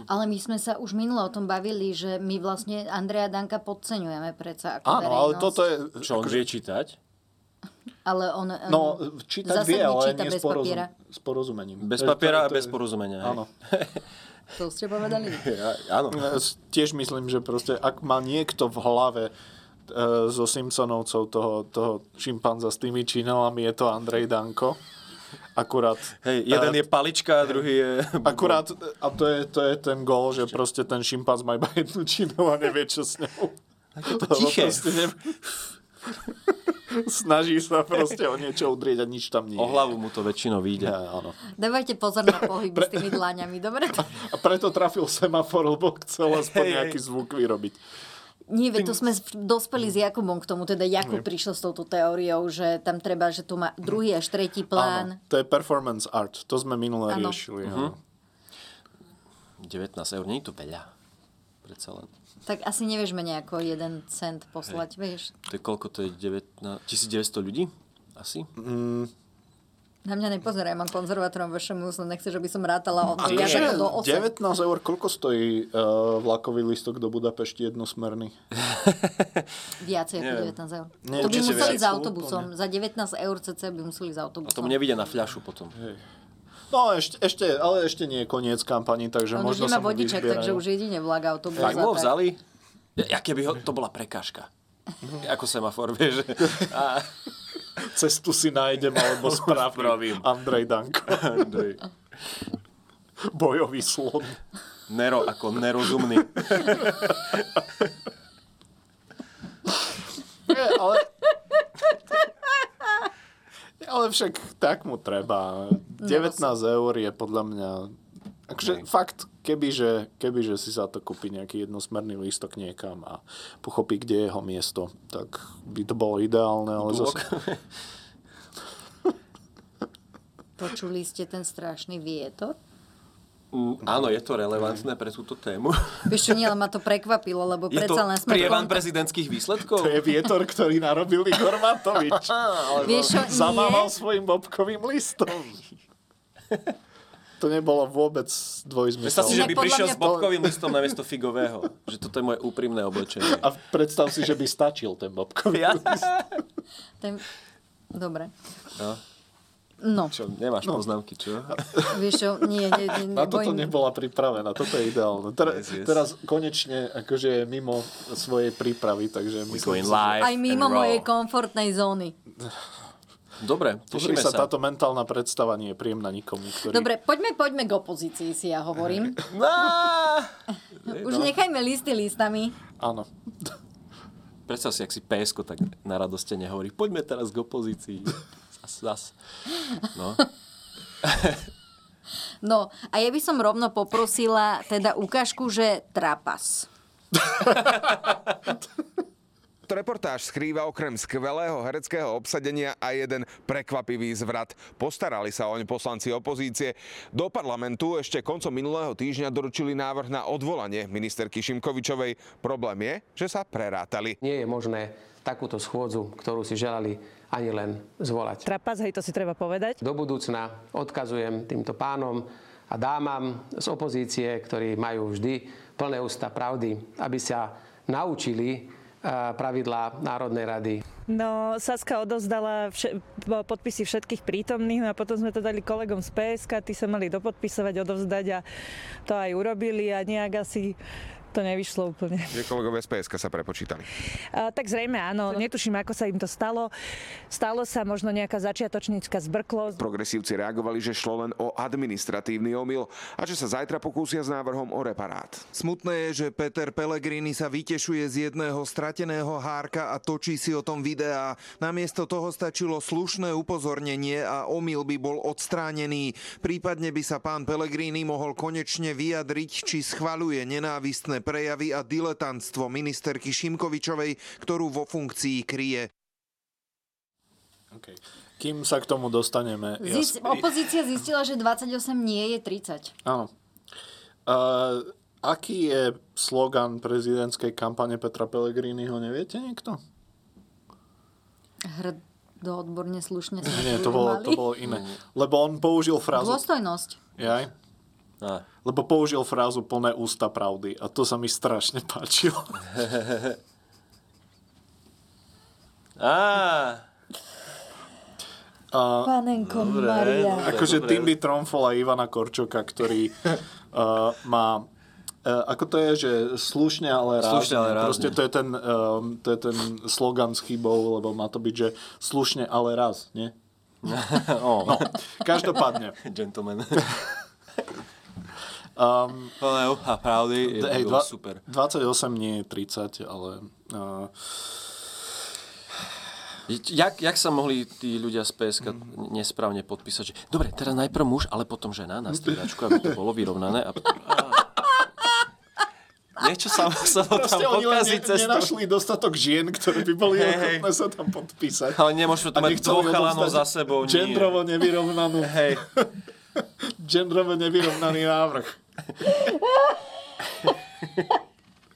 Speaker 1: Ale my sme sa už minule o tom bavili, že my vlastne Andreja Danka podceňujeme predsa ako
Speaker 3: Áno, ale
Speaker 1: verejnosť.
Speaker 3: toto je...
Speaker 2: Čo, on vie čítať?
Speaker 1: Ale on,
Speaker 3: No,
Speaker 1: um,
Speaker 3: čítať
Speaker 1: zase
Speaker 3: vie, ale
Speaker 1: nečíta
Speaker 3: nie
Speaker 1: bez
Speaker 3: s, porozum-
Speaker 1: papiera.
Speaker 3: s porozumením.
Speaker 2: Bez
Speaker 3: To-
Speaker 2: papiera
Speaker 3: to-
Speaker 2: a
Speaker 3: to-
Speaker 2: bez porozumenia. hej.
Speaker 3: Áno.
Speaker 1: To ste povedali. vy.
Speaker 2: Ja, áno.
Speaker 3: Ja Eh, s- Tiež myslím, že proste, ak má niekto v hlave e, so Simpsonovcov toho, toho šimpanza s tými činelami, je to Andrej Danko. Akurát...
Speaker 2: Hej, jeden
Speaker 3: e,
Speaker 2: je palička, druhý je...
Speaker 3: Akurát, eh, a to je, to je ten gól, že proste ten šimpanz má iba jednu činelu a nevie, čo s ňou. To
Speaker 2: tiché.
Speaker 3: proste nevie. Snaží sa proste o niečo udrieť a nič tam nie
Speaker 2: O
Speaker 3: je.
Speaker 2: hlavu mu to väčšinou vyjde.
Speaker 3: Ja, áno.
Speaker 1: Dávajte pozor na pohyby s tými dlaňami, dobre?
Speaker 3: A preto trafil semafor, lebo chcel aspoň
Speaker 2: Hej, hej.
Speaker 3: nejaký zvuk vyrobiť.
Speaker 1: Nie, veď to sme v- dospeli s Jakubom k tomu, teda Jakub prišiel s touto teóriou, že tam treba, že tu má druhý až tretí plán.
Speaker 3: Áno, to je performance art. To sme minule
Speaker 1: Áno.
Speaker 3: riešili.
Speaker 2: Mhm.
Speaker 3: áno.
Speaker 2: 19 eur, nie je to veľa. Predsa len.
Speaker 1: Tak asi nevieš ma nejako jeden cent poslať, vieš.
Speaker 2: To je koľko to je? 19, 1900 ľudí? Asi?
Speaker 1: Na mňa nepozeraj, mám konzervátorom vašemu, som nechce, že by som rátala od viac
Speaker 3: Čiže
Speaker 1: ako do 8.
Speaker 3: 19 eur, koľko stojí uh, vlakový listok do Budapešti jednosmerný?
Speaker 1: Viacej ako
Speaker 2: Neviem.
Speaker 1: 19 eur.
Speaker 3: Nie,
Speaker 1: to by
Speaker 3: určite
Speaker 1: museli
Speaker 3: viac.
Speaker 1: za autobusom. Za 19 eur cc by museli za
Speaker 2: A
Speaker 1: autobusom.
Speaker 2: to mne vyjde na fľašu potom.
Speaker 3: No ešte, ešte, ale ešte nie je koniec kampani, takže
Speaker 1: On už
Speaker 3: možno
Speaker 1: nemá
Speaker 3: sa mu
Speaker 1: vodiček,
Speaker 3: vyzbierajú.
Speaker 1: takže už jedine vlak autobus.
Speaker 2: Tak
Speaker 1: a
Speaker 2: mu ho
Speaker 1: tak.
Speaker 2: vzali? Ja keby ho, to bola prekážka. Ako semafor, vieš. A,
Speaker 3: Cestu si nájdem, alebo
Speaker 2: Spravím.
Speaker 3: spravím. Andrej Danko, bojový slon.
Speaker 2: Nero ako nerozumný.
Speaker 3: Nie, ale ale však tak mu treba.
Speaker 2: No,
Speaker 3: 19 eur je podľa mňa... Akože fakt, kebyže, kebyže si za to kúpi nejaký jednosmerný lístok niekam a pochopí, kde je jeho miesto, tak by to bolo ideálne, ale
Speaker 2: Blok.
Speaker 3: zase...
Speaker 1: Počuli ste ten strašný vietor?
Speaker 2: Mm, Áno, je to relevantné pre túto tému.
Speaker 1: Vieš čo, nie, ale ma to prekvapilo, lebo
Speaker 2: Je to
Speaker 1: predsa len sme... v
Speaker 2: prievan
Speaker 1: kontak-
Speaker 2: prezidentských výsledkov?
Speaker 3: To je vietor, ktorý narobil Igor Matovič.
Speaker 1: Vieš čo,
Speaker 3: Zamával
Speaker 1: nie?
Speaker 3: svojim bobkovým listom. To nebolo vôbec
Speaker 2: Predstav si, že by
Speaker 3: dvojzmysel.
Speaker 1: Inak podľa
Speaker 2: prišiel
Speaker 1: mňa
Speaker 2: s
Speaker 1: to-
Speaker 2: bobkovým listom namiesto figového. Že toto je moje úprimné oblečenie.
Speaker 3: A predstav si, že by stačil ten bobkový
Speaker 2: Ja?
Speaker 3: list.
Speaker 1: Ten... Dobre.
Speaker 2: No.
Speaker 1: No,
Speaker 2: Čo, nemáš poznámky, čo?
Speaker 1: vieš čo, nie, nie, nie,
Speaker 3: Na toto
Speaker 1: nebojím.
Speaker 3: nebola pripravená, toto je ideálne. Ter-
Speaker 2: Yes, yes.
Speaker 3: Teraz konečne akože je mimo svojej prípravy, takže
Speaker 2: Going
Speaker 3: myslím, si,
Speaker 2: live
Speaker 1: Aj mimo
Speaker 2: and raw.
Speaker 1: mojej komfortnej zóny.
Speaker 2: Dobre,
Speaker 3: pozri
Speaker 2: tešíme
Speaker 3: sa,
Speaker 2: sa.
Speaker 3: táto mentálna predstava nie je príjemná nikomu, ktorý...
Speaker 1: Dobre, poďme, poďme k opozícii, si ja hovorím.
Speaker 2: Á!
Speaker 1: Už
Speaker 2: no.
Speaker 1: nechajme listy listami.
Speaker 3: Áno.
Speaker 2: Predstav si, ak si PSK tak na radoste nehovorí, poďme teraz k opozícii. Zas, zas. No.
Speaker 1: No, a ja by som rovno poprosila teda ukážku, že trapas.
Speaker 6: Reportáž skrýva okrem skvelého hereckého obsadenia aj jeden prekvapivý zvrat. Postarali sa oň poslanci opozície. Do parlamentu ešte koncom minulého týždňa doručili návrh na odvolanie ministerky Šimkovičovej. Problém je, že sa prerátali.
Speaker 7: Nie je možné takúto schôdzu, ktorú si želali, ani len zvolať.
Speaker 8: Trapas, hej, to si treba povedať.
Speaker 7: Do budúcna odkazujem týmto pánom a dámam z opozície, ktorí majú vždy plné ústa pravdy, aby sa naučili eh, pravidlá Národnej rady.
Speaker 8: No, Saska odozdala vše- po- podpisy všetkých prítomných, no a potom sme to dali kolegom z PSK, tí sa mali dopodpisovať, odovzdať a to aj urobili a nejak asi to nevyšlo úplne.
Speaker 6: Že kolegovia z PSK sa prepočítali.
Speaker 8: A, tak zrejme áno, netuším, ako sa im to stalo. Stalo sa možno nejaká začiatočnícka zbrklosť.
Speaker 6: Progresívci reagovali, že šlo len o administratívny omyl a že sa zajtra pokúsia s návrhom o reparát.
Speaker 9: Smutné je, že Peter Pellegrini sa vytešuje z jedného strateného hárka a točí si o tom videá. Namiesto toho stačilo slušné upozornenie a omyl by bol odstránený. Prípadne by sa pán Pellegrini mohol konečne vyjadriť, či schvaľuje nenávistné prejavy a diletantstvo ministerky Šimkovičovej, ktorú vo funkcii kryje.
Speaker 3: Okay. Kým sa k tomu dostaneme... ja
Speaker 1: Zist, opozícia zistila, že 28 nie je 30.
Speaker 3: Áno. Uh, aký je slogan prezidentskej kampane Petra Pellegriniho, neviete niekto?
Speaker 1: Hrdo odborne slušne sa
Speaker 3: Nie, to bolo, to bolo iné. Lebo on použil frázu...
Speaker 1: Dôstojnosť.
Speaker 3: Jaj?
Speaker 2: A,
Speaker 3: Lebo použil frázu plné ústa pravdy a to sa mi strašne páčilo.
Speaker 2: Á,
Speaker 1: Panenko Maria.
Speaker 3: Akože tým by tromfola Ivana Korčoka, ktorý uh, má... Uh, ako to je, že slušne, ale rázne.
Speaker 2: Slušne, ale rázne.
Speaker 3: Proste to je, ten, um, to je ten slogan s chybou, lebo má to byť, že slušne, ale raz, nie? No,
Speaker 2: ó,
Speaker 3: Každopádne.
Speaker 2: gentleman. Um, Plné ucha pravdy, je
Speaker 3: Hej,
Speaker 2: bolo
Speaker 3: dva,
Speaker 2: super.
Speaker 3: 28 nie je 30, ale... Uh,
Speaker 2: Jak, jak sa mohli tí ľudia z PSK nesprávne podpísať, že dobre, teraz najprv muž, ale potom žena na striedačku, aby to bolo vyrovnané. A potom, á. Niečo sa muselo tam
Speaker 3: proste oni len
Speaker 2: pokaziť
Speaker 3: ne,
Speaker 2: cestou.
Speaker 3: nenašli dostatok žien, ktoré by boli
Speaker 2: Hej,
Speaker 3: ochotné sa tam podpísať.
Speaker 2: Ale nemôžeme tu
Speaker 3: A
Speaker 2: mať
Speaker 3: nechceli
Speaker 2: dvoch chalanov
Speaker 3: odovzdať
Speaker 2: za sebou, nie.
Speaker 3: Gendrovo nevyrovnanú.
Speaker 2: Hej,
Speaker 3: Gendrovo nevyrovnaný návrh.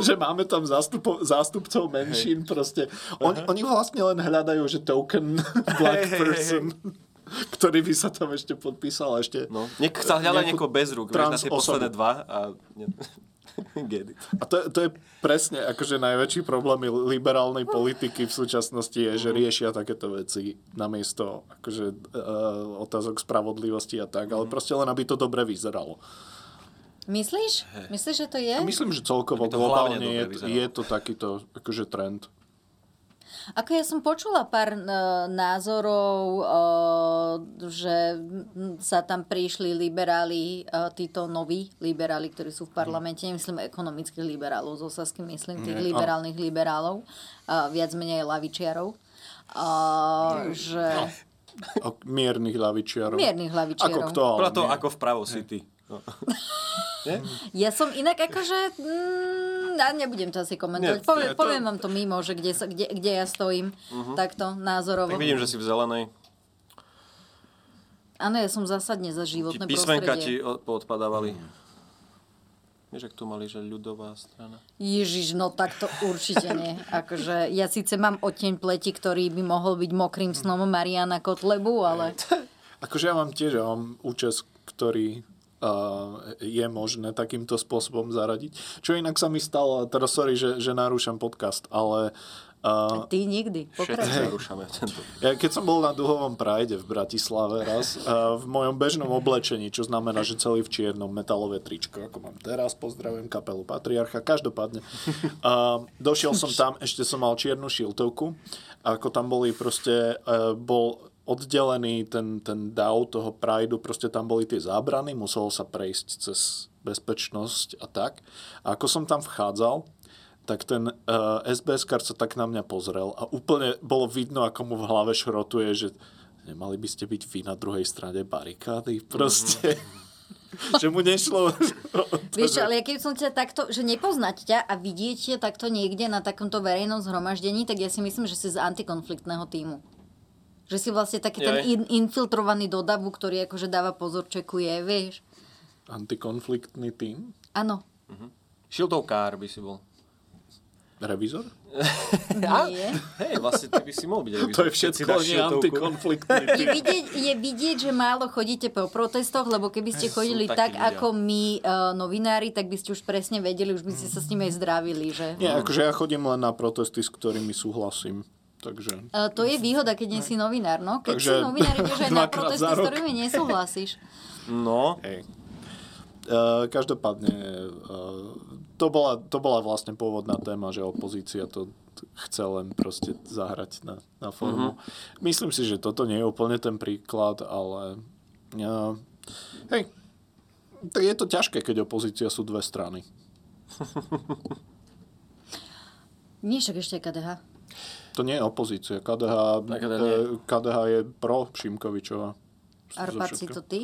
Speaker 3: že máme tam zástupo, zástupcov menšín proste. Oni, oni vlastne len hľadajú, že token
Speaker 2: Hej,
Speaker 3: black
Speaker 2: hej,
Speaker 3: person, ktorý by sa tam ešte podpísal a ešte...
Speaker 2: no. Niek- sa hľadá
Speaker 3: nejakú
Speaker 2: niekoho bez rúk, vieš, na
Speaker 3: trans
Speaker 2: tie
Speaker 3: osobu.
Speaker 2: posledné dva a... ne- Get it.
Speaker 3: A to, to je presne akože najväčší problém liberálnej politiky v súčasnosti je, že riešia takéto veci namiesto akože uh, otázok spravodlivosti a tak,
Speaker 2: Mhm.
Speaker 3: ale proste len aby to dobre vyzeralo.
Speaker 1: Myslíš? Myslíš, že to je?
Speaker 3: Myslím, že celkovo
Speaker 2: Aby to hlavne
Speaker 3: globálne
Speaker 2: dobre
Speaker 3: je,
Speaker 2: vyzeralo.
Speaker 3: je to takýto akože trend.
Speaker 1: Ako ja som počula pár e, názorov, e, že m, sa tam prišli liberáli, e, títo noví liberáli, ktorí sú v
Speaker 3: Mhm.
Speaker 1: parlamente, nemyslím ekonomických liberálov, zo Sasky myslím
Speaker 3: Mhm,
Speaker 1: tých liberálnych
Speaker 3: No.
Speaker 1: liberálov, e, viac menej lavičiarov, e, že
Speaker 3: O miernych ľavičiarov.
Speaker 1: Miernych ľavičiarov.
Speaker 3: Ako kto, ale
Speaker 2: Bola to
Speaker 3: mier-
Speaker 2: ako v Pravo City. No.
Speaker 1: Ja som inak akože... Mm, a nebudem to asi komentovať.
Speaker 2: Nie,
Speaker 1: Povie,
Speaker 2: nie, to- Mhm.
Speaker 1: Poviem vám to mimo, že kde, sa- kde, kde ja stojím. Takto, názorovo.
Speaker 2: Tak vidím, že si v zelenej.
Speaker 1: Áno, ja som zásadne za
Speaker 2: Ti
Speaker 1: životné
Speaker 2: písmenka
Speaker 1: prostredie.
Speaker 2: ti o- poodpadávali. Vieš, ak tu mali, že ľudová strana.
Speaker 1: Ježiš, no tak to určite nie. Akože ja síce mám odtieň pleti, ktorý by mohol byť mokrým snom Mariana Kotlebu, ale...
Speaker 3: Akože ja mám tiež, ja mám účes, ktorý uh, je možné takýmto spôsobom zaradiť. Čo inak sa mi stalo, teraz sorry, že, že narúšam podcast, ale uh,
Speaker 1: Ty nikdy.
Speaker 2: Všetci
Speaker 1: Pokračuj.
Speaker 2: narúšame tento.
Speaker 3: Ja keď som bol na duhovom prajde v Bratislave raz, a v mojom bežnom oblečení, čo znamená, že celý v čiernom metalové tričko, ako mám teraz, pozdravujem kapelu Patriarcha, každopádne. A došiel som tam, ešte som mal čiernu šiltovku, a ako tam boli proste, e, bol oddelený ten, ten dav toho prajdu, proste tam boli tie zábrany, muselo sa prejsť cez bezpečnosť a tak. A ako som tam vchádzal, tak ten uh, SBS-kar sa tak na mňa pozrel a úplne bolo vidno, ako mu v hlave šrotuje, že nemali by ste byť vy na druhej strane barikády, proste. Mm-hmm. že mu nešlo... o to,
Speaker 1: Vieš, čo,
Speaker 3: že-
Speaker 1: ale ja keď som ťa takto, že nepoznať ťa a vidieť ťa takto niekde na takomto verejnom zhromaždení, tak ja si myslím, že si z antikonfliktného týmu. Že si vlastne taký ten
Speaker 2: Jaj.
Speaker 1: in, infiltrovaný do davu, ktorý akože dáva pozor, čekuje, vieš.
Speaker 3: Antikonfliktný tým?
Speaker 1: Áno.
Speaker 2: Šiltovkár by si bol.
Speaker 3: Revizor?
Speaker 1: Nie.
Speaker 2: Hej, vlastne ty by si mohol byť. revizor.
Speaker 3: To je
Speaker 2: Keď si
Speaker 3: všetko,
Speaker 2: dáš
Speaker 3: nie
Speaker 2: šiltovku.
Speaker 3: antikonfliktný
Speaker 1: Je
Speaker 3: tým.
Speaker 1: vidieť, je vidieť, že málo chodíte po protestoch, lebo keby ste chodili
Speaker 2: takí
Speaker 1: tak,
Speaker 2: ľudia.
Speaker 1: ako my uh, novinári, tak by ste už presne vedeli, už by ste sa s nimi aj zdravili, že?
Speaker 3: Nie, akože ja chodím len na protesty, s ktorými súhlasím. Takže...
Speaker 1: Uh, to je výhoda, keď nie si novinár, no? Keď
Speaker 3: Takže
Speaker 1: si novinár, ideš aj na
Speaker 3: dvakrát
Speaker 1: protesty,
Speaker 3: za
Speaker 1: s
Speaker 3: rok.
Speaker 1: ktorými nesúhlasíš.
Speaker 2: No,
Speaker 3: Hej. Uh, každopádne, uh, to, bola, to bola vlastne pôvodná téma, že opozícia to t- chce len proste zahrať na, na formu. Mm-hmm. Myslím si, že toto nie je úplne ten príklad, ale uh, hej, tak je to ťažké, keď opozícia sú dve strany.
Speaker 1: Nie, však ešte KDH.
Speaker 3: To nie je opozícia. KDH,
Speaker 2: Tak to
Speaker 3: eh,
Speaker 2: nie.
Speaker 3: KDH je pro Šimkovičová. Z- zo
Speaker 1: Arpad si
Speaker 3: všetkého.
Speaker 1: to ty?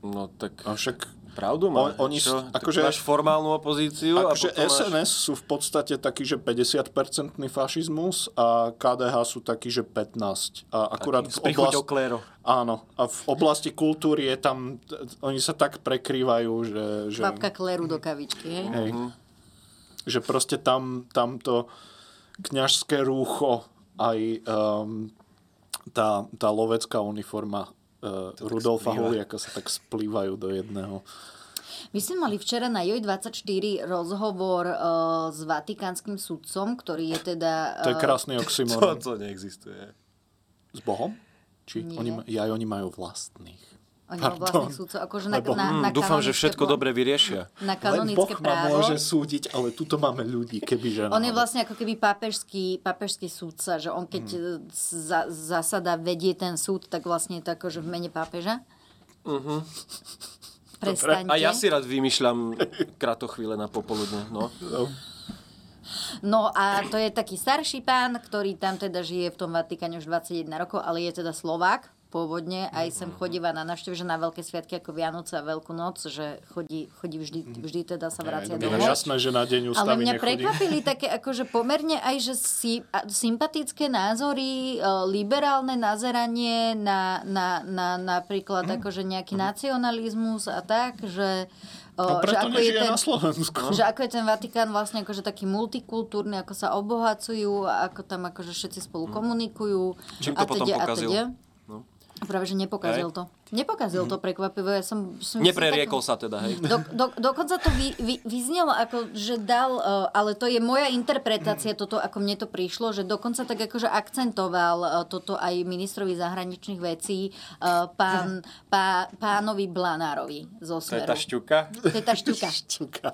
Speaker 2: no tak
Speaker 3: A však
Speaker 2: pravdu má.
Speaker 3: On- oni s-
Speaker 2: Čo? Akože...
Speaker 3: akože-
Speaker 2: Máš formálnu opozíciu a
Speaker 3: Akože
Speaker 2: potom máš...
Speaker 3: SNS sú v podstate taký, že 50-percentný fašizmus a KDH sú taký, že 15. A akurát
Speaker 2: Taký, s
Speaker 3: v
Speaker 2: príchuťou
Speaker 3: oblasti...
Speaker 2: kléro.
Speaker 3: Áno. A v oblasti kultúry je tam... t- Oni sa tak prekrývajú, že... že
Speaker 1: Kvapka kleru do kavičky, hej?
Speaker 3: hej,
Speaker 2: Mhm.
Speaker 3: že proste tam, tam to kňažské rúcho aj um, tá, tá lovecká uniforma uh, Rudolfa Huliaka sa tak splývajú do jedného.
Speaker 1: My sme mali včera na JOJ24 rozhovor eh, s vatikánskym sudcom, ktorý je teda...
Speaker 3: To je
Speaker 1: eh,
Speaker 3: krásny
Speaker 2: To,
Speaker 3: oxymoron.
Speaker 2: to neexistuje.
Speaker 3: S Bohom? Či
Speaker 1: Nie.
Speaker 3: oni, ma- ja, oni majú vlastných.
Speaker 1: Oni majú vlastných sudcov, akože na,
Speaker 3: Lebo-
Speaker 1: na, na
Speaker 2: Hm, dúfam, že
Speaker 1: kanonické
Speaker 2: všetko
Speaker 1: pla-
Speaker 2: dobre vyriešia.
Speaker 1: Na
Speaker 3: Len Boh
Speaker 1: kanonické
Speaker 3: ma
Speaker 1: právo.
Speaker 3: môže súdiť, ale tuto máme ľudí, keby že
Speaker 1: On je vlastne ako keby pápežský, pápežský súdca, že on keď
Speaker 2: Mm.
Speaker 1: eh, za, zasada vedie ten súd, tak vlastne je to akože v mene pápeža.
Speaker 2: Mhm.
Speaker 1: Uh-huh. Prestaňte.
Speaker 2: A ja si rád vymýšľam kratochvíle na popoludne. No.
Speaker 1: No a to je taký starší pán, ktorý tam teda žije v tom Vatikáne už 21 rokov, ale je teda Slovák pôvodne, aj sem chodíva na návštev, že na veľké sviatky ako Vianoce a Veľkú noc, že chodí, chodí vždy, vždy teda sa vracia domov.
Speaker 3: Jasné, že na
Speaker 1: Ale
Speaker 3: deň ústavy
Speaker 1: mňa
Speaker 3: nechodí.
Speaker 1: prekvapili také akože pomerne aj, že si, a, sympatické názory, e, liberálne nazeranie na, na, na napríklad
Speaker 3: Mhm.
Speaker 1: akože nejaký nacionalizmus a tak, že, e,
Speaker 3: A
Speaker 1: že
Speaker 3: preto
Speaker 1: ako je
Speaker 3: nežije
Speaker 1: ten,
Speaker 3: na Slovensku.
Speaker 1: že ako je ten Vatikán vlastne akože taký multikultúrny, ako sa obohacujú a ako tam akože všetci spolu
Speaker 3: Mhm.
Speaker 1: komunikujú.
Speaker 2: Čím
Speaker 1: a
Speaker 2: to potom
Speaker 1: teda, a
Speaker 2: pokazil?
Speaker 1: teda.
Speaker 2: No.
Speaker 1: Práve, že nepokazil
Speaker 2: Hej. Mhm.
Speaker 1: to. Nepokazil to prekvapivo. Ja som, som
Speaker 2: Nepreriekol
Speaker 1: som
Speaker 2: sa teda, hej.
Speaker 1: do, do, dokonca to vy, vy, vyznelo ako, že dal, eh, ale to je moja interpretácia toto, ako mne to prišlo, že dokonca tak akože akcentoval eh, toto aj ministrovi zahraničných vecí eh, pán, pá, pánovi Blanárovi zo
Speaker 2: To je
Speaker 1: Smeru.
Speaker 2: tá šťuka.
Speaker 1: To je tá šťuka.
Speaker 3: Čuka.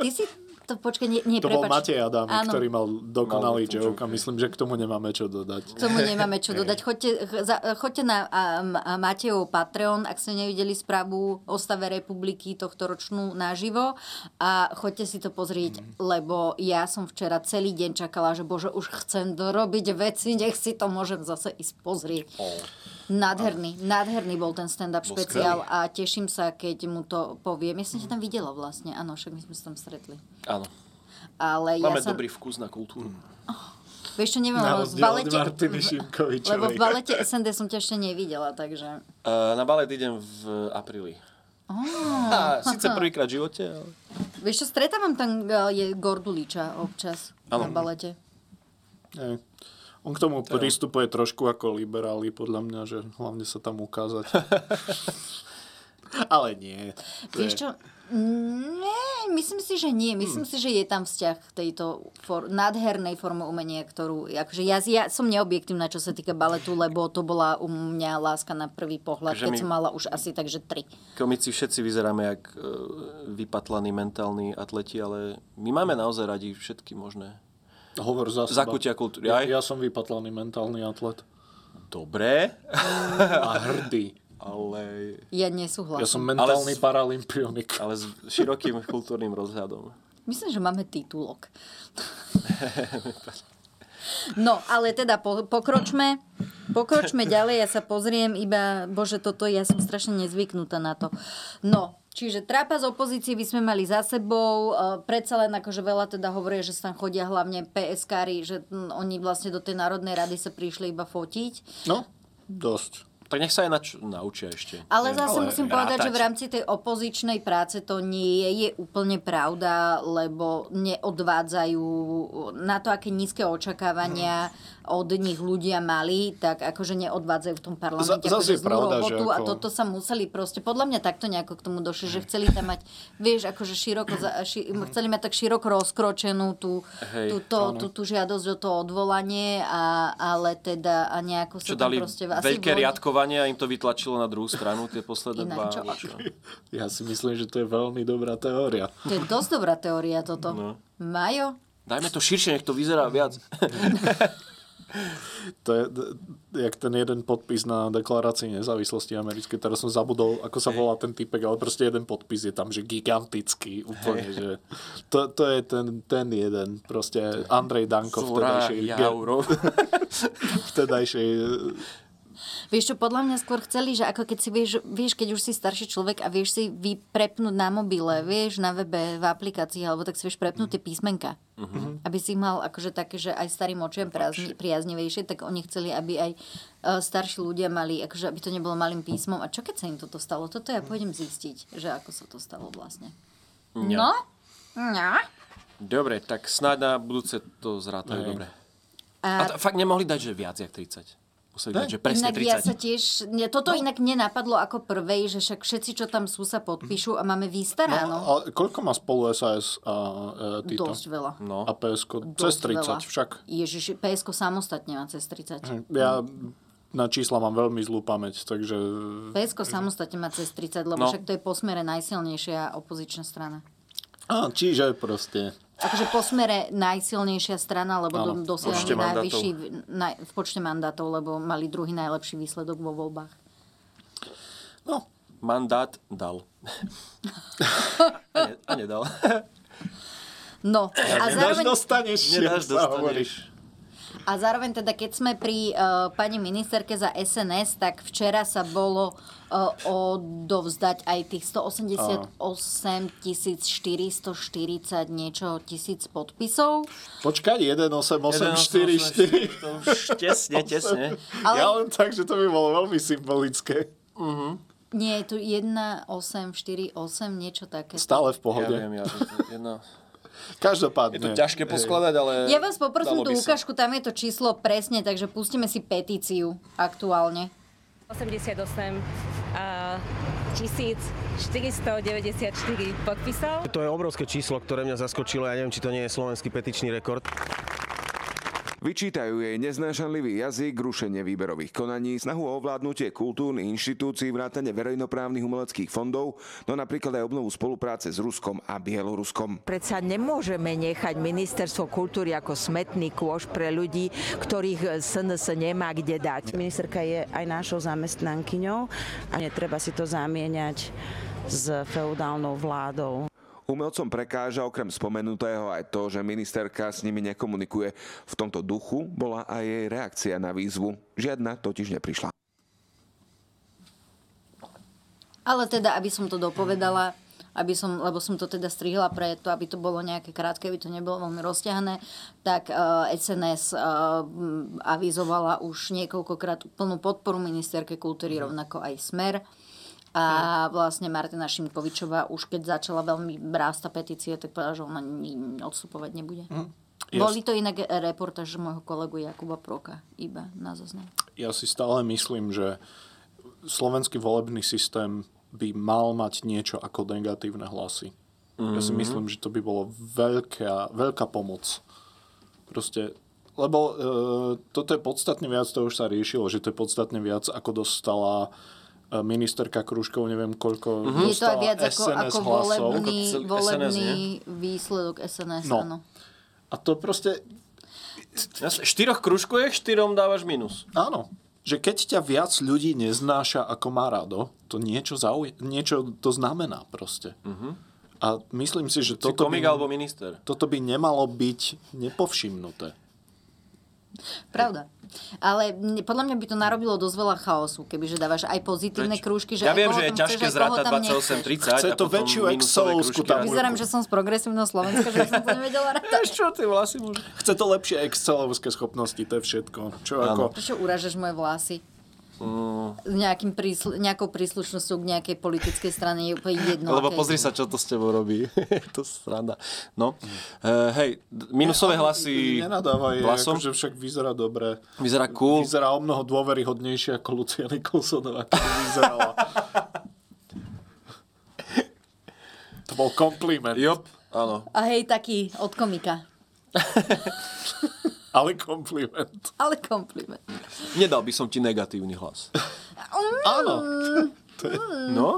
Speaker 1: Ty si to, počkaj, nie, nie
Speaker 3: To bol
Speaker 1: prepač.
Speaker 3: Matej Adam,
Speaker 1: Áno,
Speaker 3: ktorý mal dokonalý
Speaker 2: Mal joke,
Speaker 3: joke a myslím, že k tomu nemáme čo
Speaker 1: K
Speaker 3: dodať.
Speaker 1: tomu nemáme čo dodať. Choďte, ch- za, choďte na a, a Matejov Patreon, ak ste nevideli správu o stave republiky tohto ročnú naživo a choďte si to
Speaker 2: Mhm.
Speaker 1: pozrieť, lebo ja som včera celý deň čakala, že bože, už chcem dorobiť veci, nech si to môžem zase ísť pozrieť. Nádherný, nádherný bol ten stand-up
Speaker 2: Bol
Speaker 1: špeciál a teším sa, keď mu to poviem. Ja som
Speaker 2: Mhm.
Speaker 1: ťa tam videla vlastne, áno, však my sme sa tam stretli.
Speaker 2: Áno. Mm.
Speaker 1: Ale
Speaker 2: Máme
Speaker 1: ja som,
Speaker 2: dobrý vkus na kultúru.
Speaker 1: vieš čo, neviem,
Speaker 3: Na
Speaker 1: lebo v
Speaker 3: rozdiel od
Speaker 1: balete,
Speaker 3: Martiny
Speaker 1: v,
Speaker 3: Šimkovičovej.
Speaker 1: No, lebo v balete SND som ťa ešte nevidela, takže...
Speaker 2: Uh, na balet idem v apríli. Oh. Sice prvýkrát v živote, ale...
Speaker 1: Vieš čo, stretávam tam e, je Gorduliča občas na
Speaker 2: Áno.
Speaker 1: balete.
Speaker 3: Nie. On k tomu pristupuje trošku ako liberáli, podľa mňa, že hlavne sa tam ukázať. Ale nie. To
Speaker 1: Vieš
Speaker 3: je-
Speaker 1: čo, nie, myslím si, že nie. Myslím si, že je tam vzťah k tejto for- nádhernej forme umenia, ktorú... Akože ja, ja som neobjektívna, čo sa týka baletu, lebo to bola u mňa láska na prvý pohľad,
Speaker 2: Takže
Speaker 1: keď
Speaker 2: my-
Speaker 1: som mala už asi takže tri.
Speaker 2: Komici všetci vyzeráme jak e, vypatlaní mentálni atleti, ale my máme naozaj radi všetky možné.
Speaker 3: Hovor za seba.
Speaker 2: Zakutia kultúry. Aj.
Speaker 3: Ja, ja som vypatlaný mentálny atlet.
Speaker 2: Dobré,
Speaker 3: A hrdý.
Speaker 2: ale,
Speaker 1: Ja nesúhlasím.
Speaker 3: Ja som
Speaker 2: s-
Speaker 3: mentálny paralympionik.
Speaker 2: ale s širokým kultúrnym rozhľadom.
Speaker 1: Myslím, že máme titulok. No, ale teda po, pokročme, pokročme ďalej, ja sa pozriem iba, bože, toto, ja som strašne nezvyknutá na to. No, čiže trápa z opozície by sme mali za sebou, e, predsa len akože veľa teda hovorí, že sa tam chodia hlavne PSK-ri, že hm, oni vlastne do tej Národnej rady sa prišli iba fotiť.
Speaker 3: No, dosť.
Speaker 2: Tak nech sa aj nač- naučia ešte.
Speaker 1: Ale
Speaker 2: Neviem,
Speaker 1: zase musím povedať, že v
Speaker 2: vrátať.
Speaker 1: rámci tej opozičnej práce to nie je, je úplne pravda, lebo neodvádzajú na to, aké nízke očakávania
Speaker 3: Hmm.
Speaker 1: od nich ľudia mali, tak akože neodvádzajú v tom parlamente
Speaker 3: Za-
Speaker 1: akože
Speaker 3: zase je
Speaker 1: zlú
Speaker 3: pravda, že
Speaker 1: robotu a
Speaker 3: ako- Hmm.
Speaker 1: toto sa museli proste, podľa mňa takto nejako k tomu došli, že chceli tam mať, vieš, akože široko, za- ši, chceli mať tak široko rozkročenú tú,
Speaker 2: Hej,
Speaker 1: tú, to, tú, tú žiadosť o to odvolanie, a, ale teda a nejako sa
Speaker 2: Čo
Speaker 1: tam
Speaker 2: dali
Speaker 1: proste asi
Speaker 2: veľké
Speaker 1: boli-
Speaker 2: riadkovanie a im to vytlačilo na druhú stranu tie posledné
Speaker 1: Inak
Speaker 2: dva.
Speaker 1: čo?
Speaker 2: alebo čo?
Speaker 3: Ja si myslím, že to je veľmi dobrá teória.
Speaker 1: To je dosť dobrá teória toto. No. Majo?
Speaker 2: Dajme to širšie, nech to vyzerá viac.
Speaker 3: To je, d- jak ten jeden podpis na deklarácii nezávislosti americkej, teraz som zabudol, ako sa volá ten typek, ale proste jeden podpis je tam, že gigantický, úplne, že to, to je ten, ten jeden, proste Andrej Danko
Speaker 2: Zora
Speaker 3: vtedajšej, ge-
Speaker 2: Jaurov.
Speaker 3: vtedajšej
Speaker 1: Vieš čo, podľa mňa skôr chceli, že ako keď si vieš, vieš, keď už si starší človek a vieš si vyprepnúť na mobile, vieš, na webe, v aplikácii, alebo tak si vieš prepnúť tie písmenka. Mhm. Aby si ich mal akože také, že aj starým očiam priazni, priaznivejšie, tak oni chceli, aby aj e, starší ľudia mali, akože aby to nebolo malým písmom. A čo keď sa im toto stalo? Toto ja pôjdem zistiť, že ako sa to stalo vlastne. No? No?
Speaker 2: Dobre, tak snáď na budúce to zrátajú. Dobre. A
Speaker 1: A
Speaker 2: t- fakt nemohli dať, že viac jak 30. Museli dať, že presne
Speaker 1: Inak ja sa
Speaker 2: 30.
Speaker 1: tiež, ne, toto no. inak nenapadlo ako prvej, že však všetci, čo tam sú, sa podpíšu a máme výstaráno. No,
Speaker 3: a koľko má spolu SAS a e, Tito?
Speaker 1: Dosť veľa.
Speaker 2: No.
Speaker 3: A PSK?
Speaker 1: Dosť
Speaker 3: Cez 30
Speaker 1: veľa.
Speaker 3: však.
Speaker 1: Ježiši, PSK samostatne má cez 30.
Speaker 3: Ja
Speaker 1: Mm.
Speaker 3: na čísla mám veľmi zlú pamäť, takže Mhm.
Speaker 1: PSK samostatne má cez 30, lebo
Speaker 2: No.
Speaker 1: však to je po smere najsilnejšia opozičná strana.
Speaker 3: a, čiže proste
Speaker 1: Akože po smere najsilnejšia strana, lebo do,
Speaker 3: Áno,
Speaker 1: dosiahli
Speaker 2: počte mandátov.
Speaker 1: najvyšší v- naj, v počte mandátov, lebo mali druhý najlepší výsledok vo voľbách.
Speaker 3: no,
Speaker 2: Mandát dal. a, ne, a nedal.
Speaker 1: No, a
Speaker 3: nedáš,
Speaker 1: zároveň...
Speaker 3: dostaneš.
Speaker 2: Nedáš,
Speaker 3: jak sa hovorí.
Speaker 2: dostaneš.
Speaker 1: A zároveň teda, keď sme pri uh, pani ministerke za SNS, tak včera sa bolo uh, odovzdať aj tých 188 440 niečo tisíc podpisov.
Speaker 3: Počkať, 1, 8, 8, 4, 4.
Speaker 2: To už tesne, tesne.
Speaker 1: Ale-
Speaker 3: Ale... Ja len tak, že to by bolo veľmi symbolické.
Speaker 1: Nie, je tu 1848, niečo také.
Speaker 3: Stále v
Speaker 2: Ja
Speaker 3: pohode.
Speaker 2: viem, ja, jedno.
Speaker 3: Každopádne.
Speaker 2: Je to ťažké poskladať, ale...
Speaker 1: Ja vás poprosím
Speaker 2: dalo
Speaker 1: tú
Speaker 2: by sa.
Speaker 1: ukážku, tam je to číslo presne, takže pustíme si petíciu aktuálne.
Speaker 10: 88 a 1494 podpisov.
Speaker 11: To je obrovské číslo, ktoré mňa zaskočilo. Ja neviem, či to nie je slovenský petičný rekord.
Speaker 6: Vyčítajú jej neznášanlivý jazyk, rušenie výberových konaní, snahu o ovládnutie kultúrnych inštitúcií, vrátane verejnoprávnych umeleckých fondov, no napríklad aj obnovu spolupráce s Ruskom a Bieloruskom.
Speaker 10: Predsa nemôžeme nechať ministerstvo kultúry ako smetný kôš pre ľudí, ktorých SNS nemá kde dať.
Speaker 12: Ministerka je aj našou zamestnankyňou a netreba si to zamieňať s feudálnou vládou.
Speaker 6: Umelcom prekáža okrem spomenutého aj to, že ministerka s nimi nekomunikuje. V tomto duchu bola aj jej reakcia na výzvu. Žiadna totiž neprišla.
Speaker 1: Ale teda, aby som to dopovedala, aby som, lebo som to teda strihla pre to, aby to bolo nejaké krátke, aby to nebolo veľmi rozťahné, tak uh, SNS uh, avizovala už niekoľkokrát plnú podporu ministerke kultúry, rovnako aj Smer. A vlastne Martina Šimkovičová už keď začala veľmi brásť tá petícia, tak povedala, že ona ni- odstupovať nebude. Mm.
Speaker 3: Jasne.
Speaker 1: Boli to inak reportáž môjho kolegu Jakuba Proka, iba na zoznam.
Speaker 3: Ja si stále myslím, že slovenský volebný systém by mal mať niečo ako negatívne hlasy. Mm-hmm. Ja si
Speaker 2: Mhm.
Speaker 3: myslím, že to by bolo veľká, veľká pomoc. Proste, lebo e, toto je podstatne viac, to už sa riešilo, že to je podstatne viac, ako dostala e, ministerka Kruškov, neviem koľko
Speaker 1: Mm-hmm. Je to aj
Speaker 3: dostala
Speaker 1: viac ako,
Speaker 3: SNS
Speaker 1: ako
Speaker 3: hlasov.
Speaker 1: volebný,
Speaker 3: Ako celý SNS,
Speaker 1: volebný
Speaker 3: nie?
Speaker 1: výsledok SNS,
Speaker 3: No.
Speaker 1: áno.
Speaker 3: A to proste...
Speaker 2: Jasne, štyroch kružkuješ, štyrom dávaš minus.
Speaker 3: Áno. Že keď ťa viac ľudí neznáša, ako má rado, to niečo, zauj- niečo to znamená proste.
Speaker 2: Mhm.
Speaker 3: A myslím si, že toto
Speaker 2: komik
Speaker 3: by,
Speaker 2: alebo minister.
Speaker 3: toto by nemalo byť nepovšimnuté.
Speaker 1: Pravda. Ale mne- podľa mňa by to narobilo dosť veľa chaosu, kebyže dávaš aj pozitívne
Speaker 2: Preč?
Speaker 1: krúžky. Že
Speaker 2: Ja
Speaker 1: aj
Speaker 2: viem,
Speaker 1: koho
Speaker 2: že je
Speaker 1: tam
Speaker 2: ťažké
Speaker 1: chceš, aj koho
Speaker 2: zrátať
Speaker 1: tam
Speaker 2: 28,
Speaker 1: nechceš.
Speaker 2: 30
Speaker 3: Chce
Speaker 2: a
Speaker 3: to
Speaker 2: potom
Speaker 3: väčšiu
Speaker 2: minusové
Speaker 3: Excelovskú
Speaker 2: kružky
Speaker 3: tabuľku.
Speaker 2: a-
Speaker 1: Vyzerám, že som z progresívneho Slovenska, že som to nevedela rátať.
Speaker 2: Čo ty vlasy môžeš?
Speaker 3: Chce to lepšie excelovské schopnosti, to je všetko. Čo ako...
Speaker 1: Prečo uražeš moje vlasy?
Speaker 2: Mm,
Speaker 1: Nejakým prísl- nejakou príslušnosťou k nejakej politickej strane je úplne jedno.
Speaker 2: lebo
Speaker 1: aké je.
Speaker 2: pozri sa, čo to s tebou robí. to sranda. No, uh, hej, d- minusové hlasy
Speaker 3: Nenadávaj,
Speaker 2: hlasom.
Speaker 3: akože však vyzerá dobre.
Speaker 2: Vyzerá cool.
Speaker 3: Vyzerá o mnoho dôveryhodnejšie ako Lucia Nikolsonová, keď vyzerala. to bol kompliment.
Speaker 2: Jop, áno.
Speaker 1: A hej, taký od komika.
Speaker 3: Ale kompliment.
Speaker 1: Ale kompliment.
Speaker 2: Nedal by som ti negatívny hlas.
Speaker 3: Áno.
Speaker 1: Mm.
Speaker 2: No?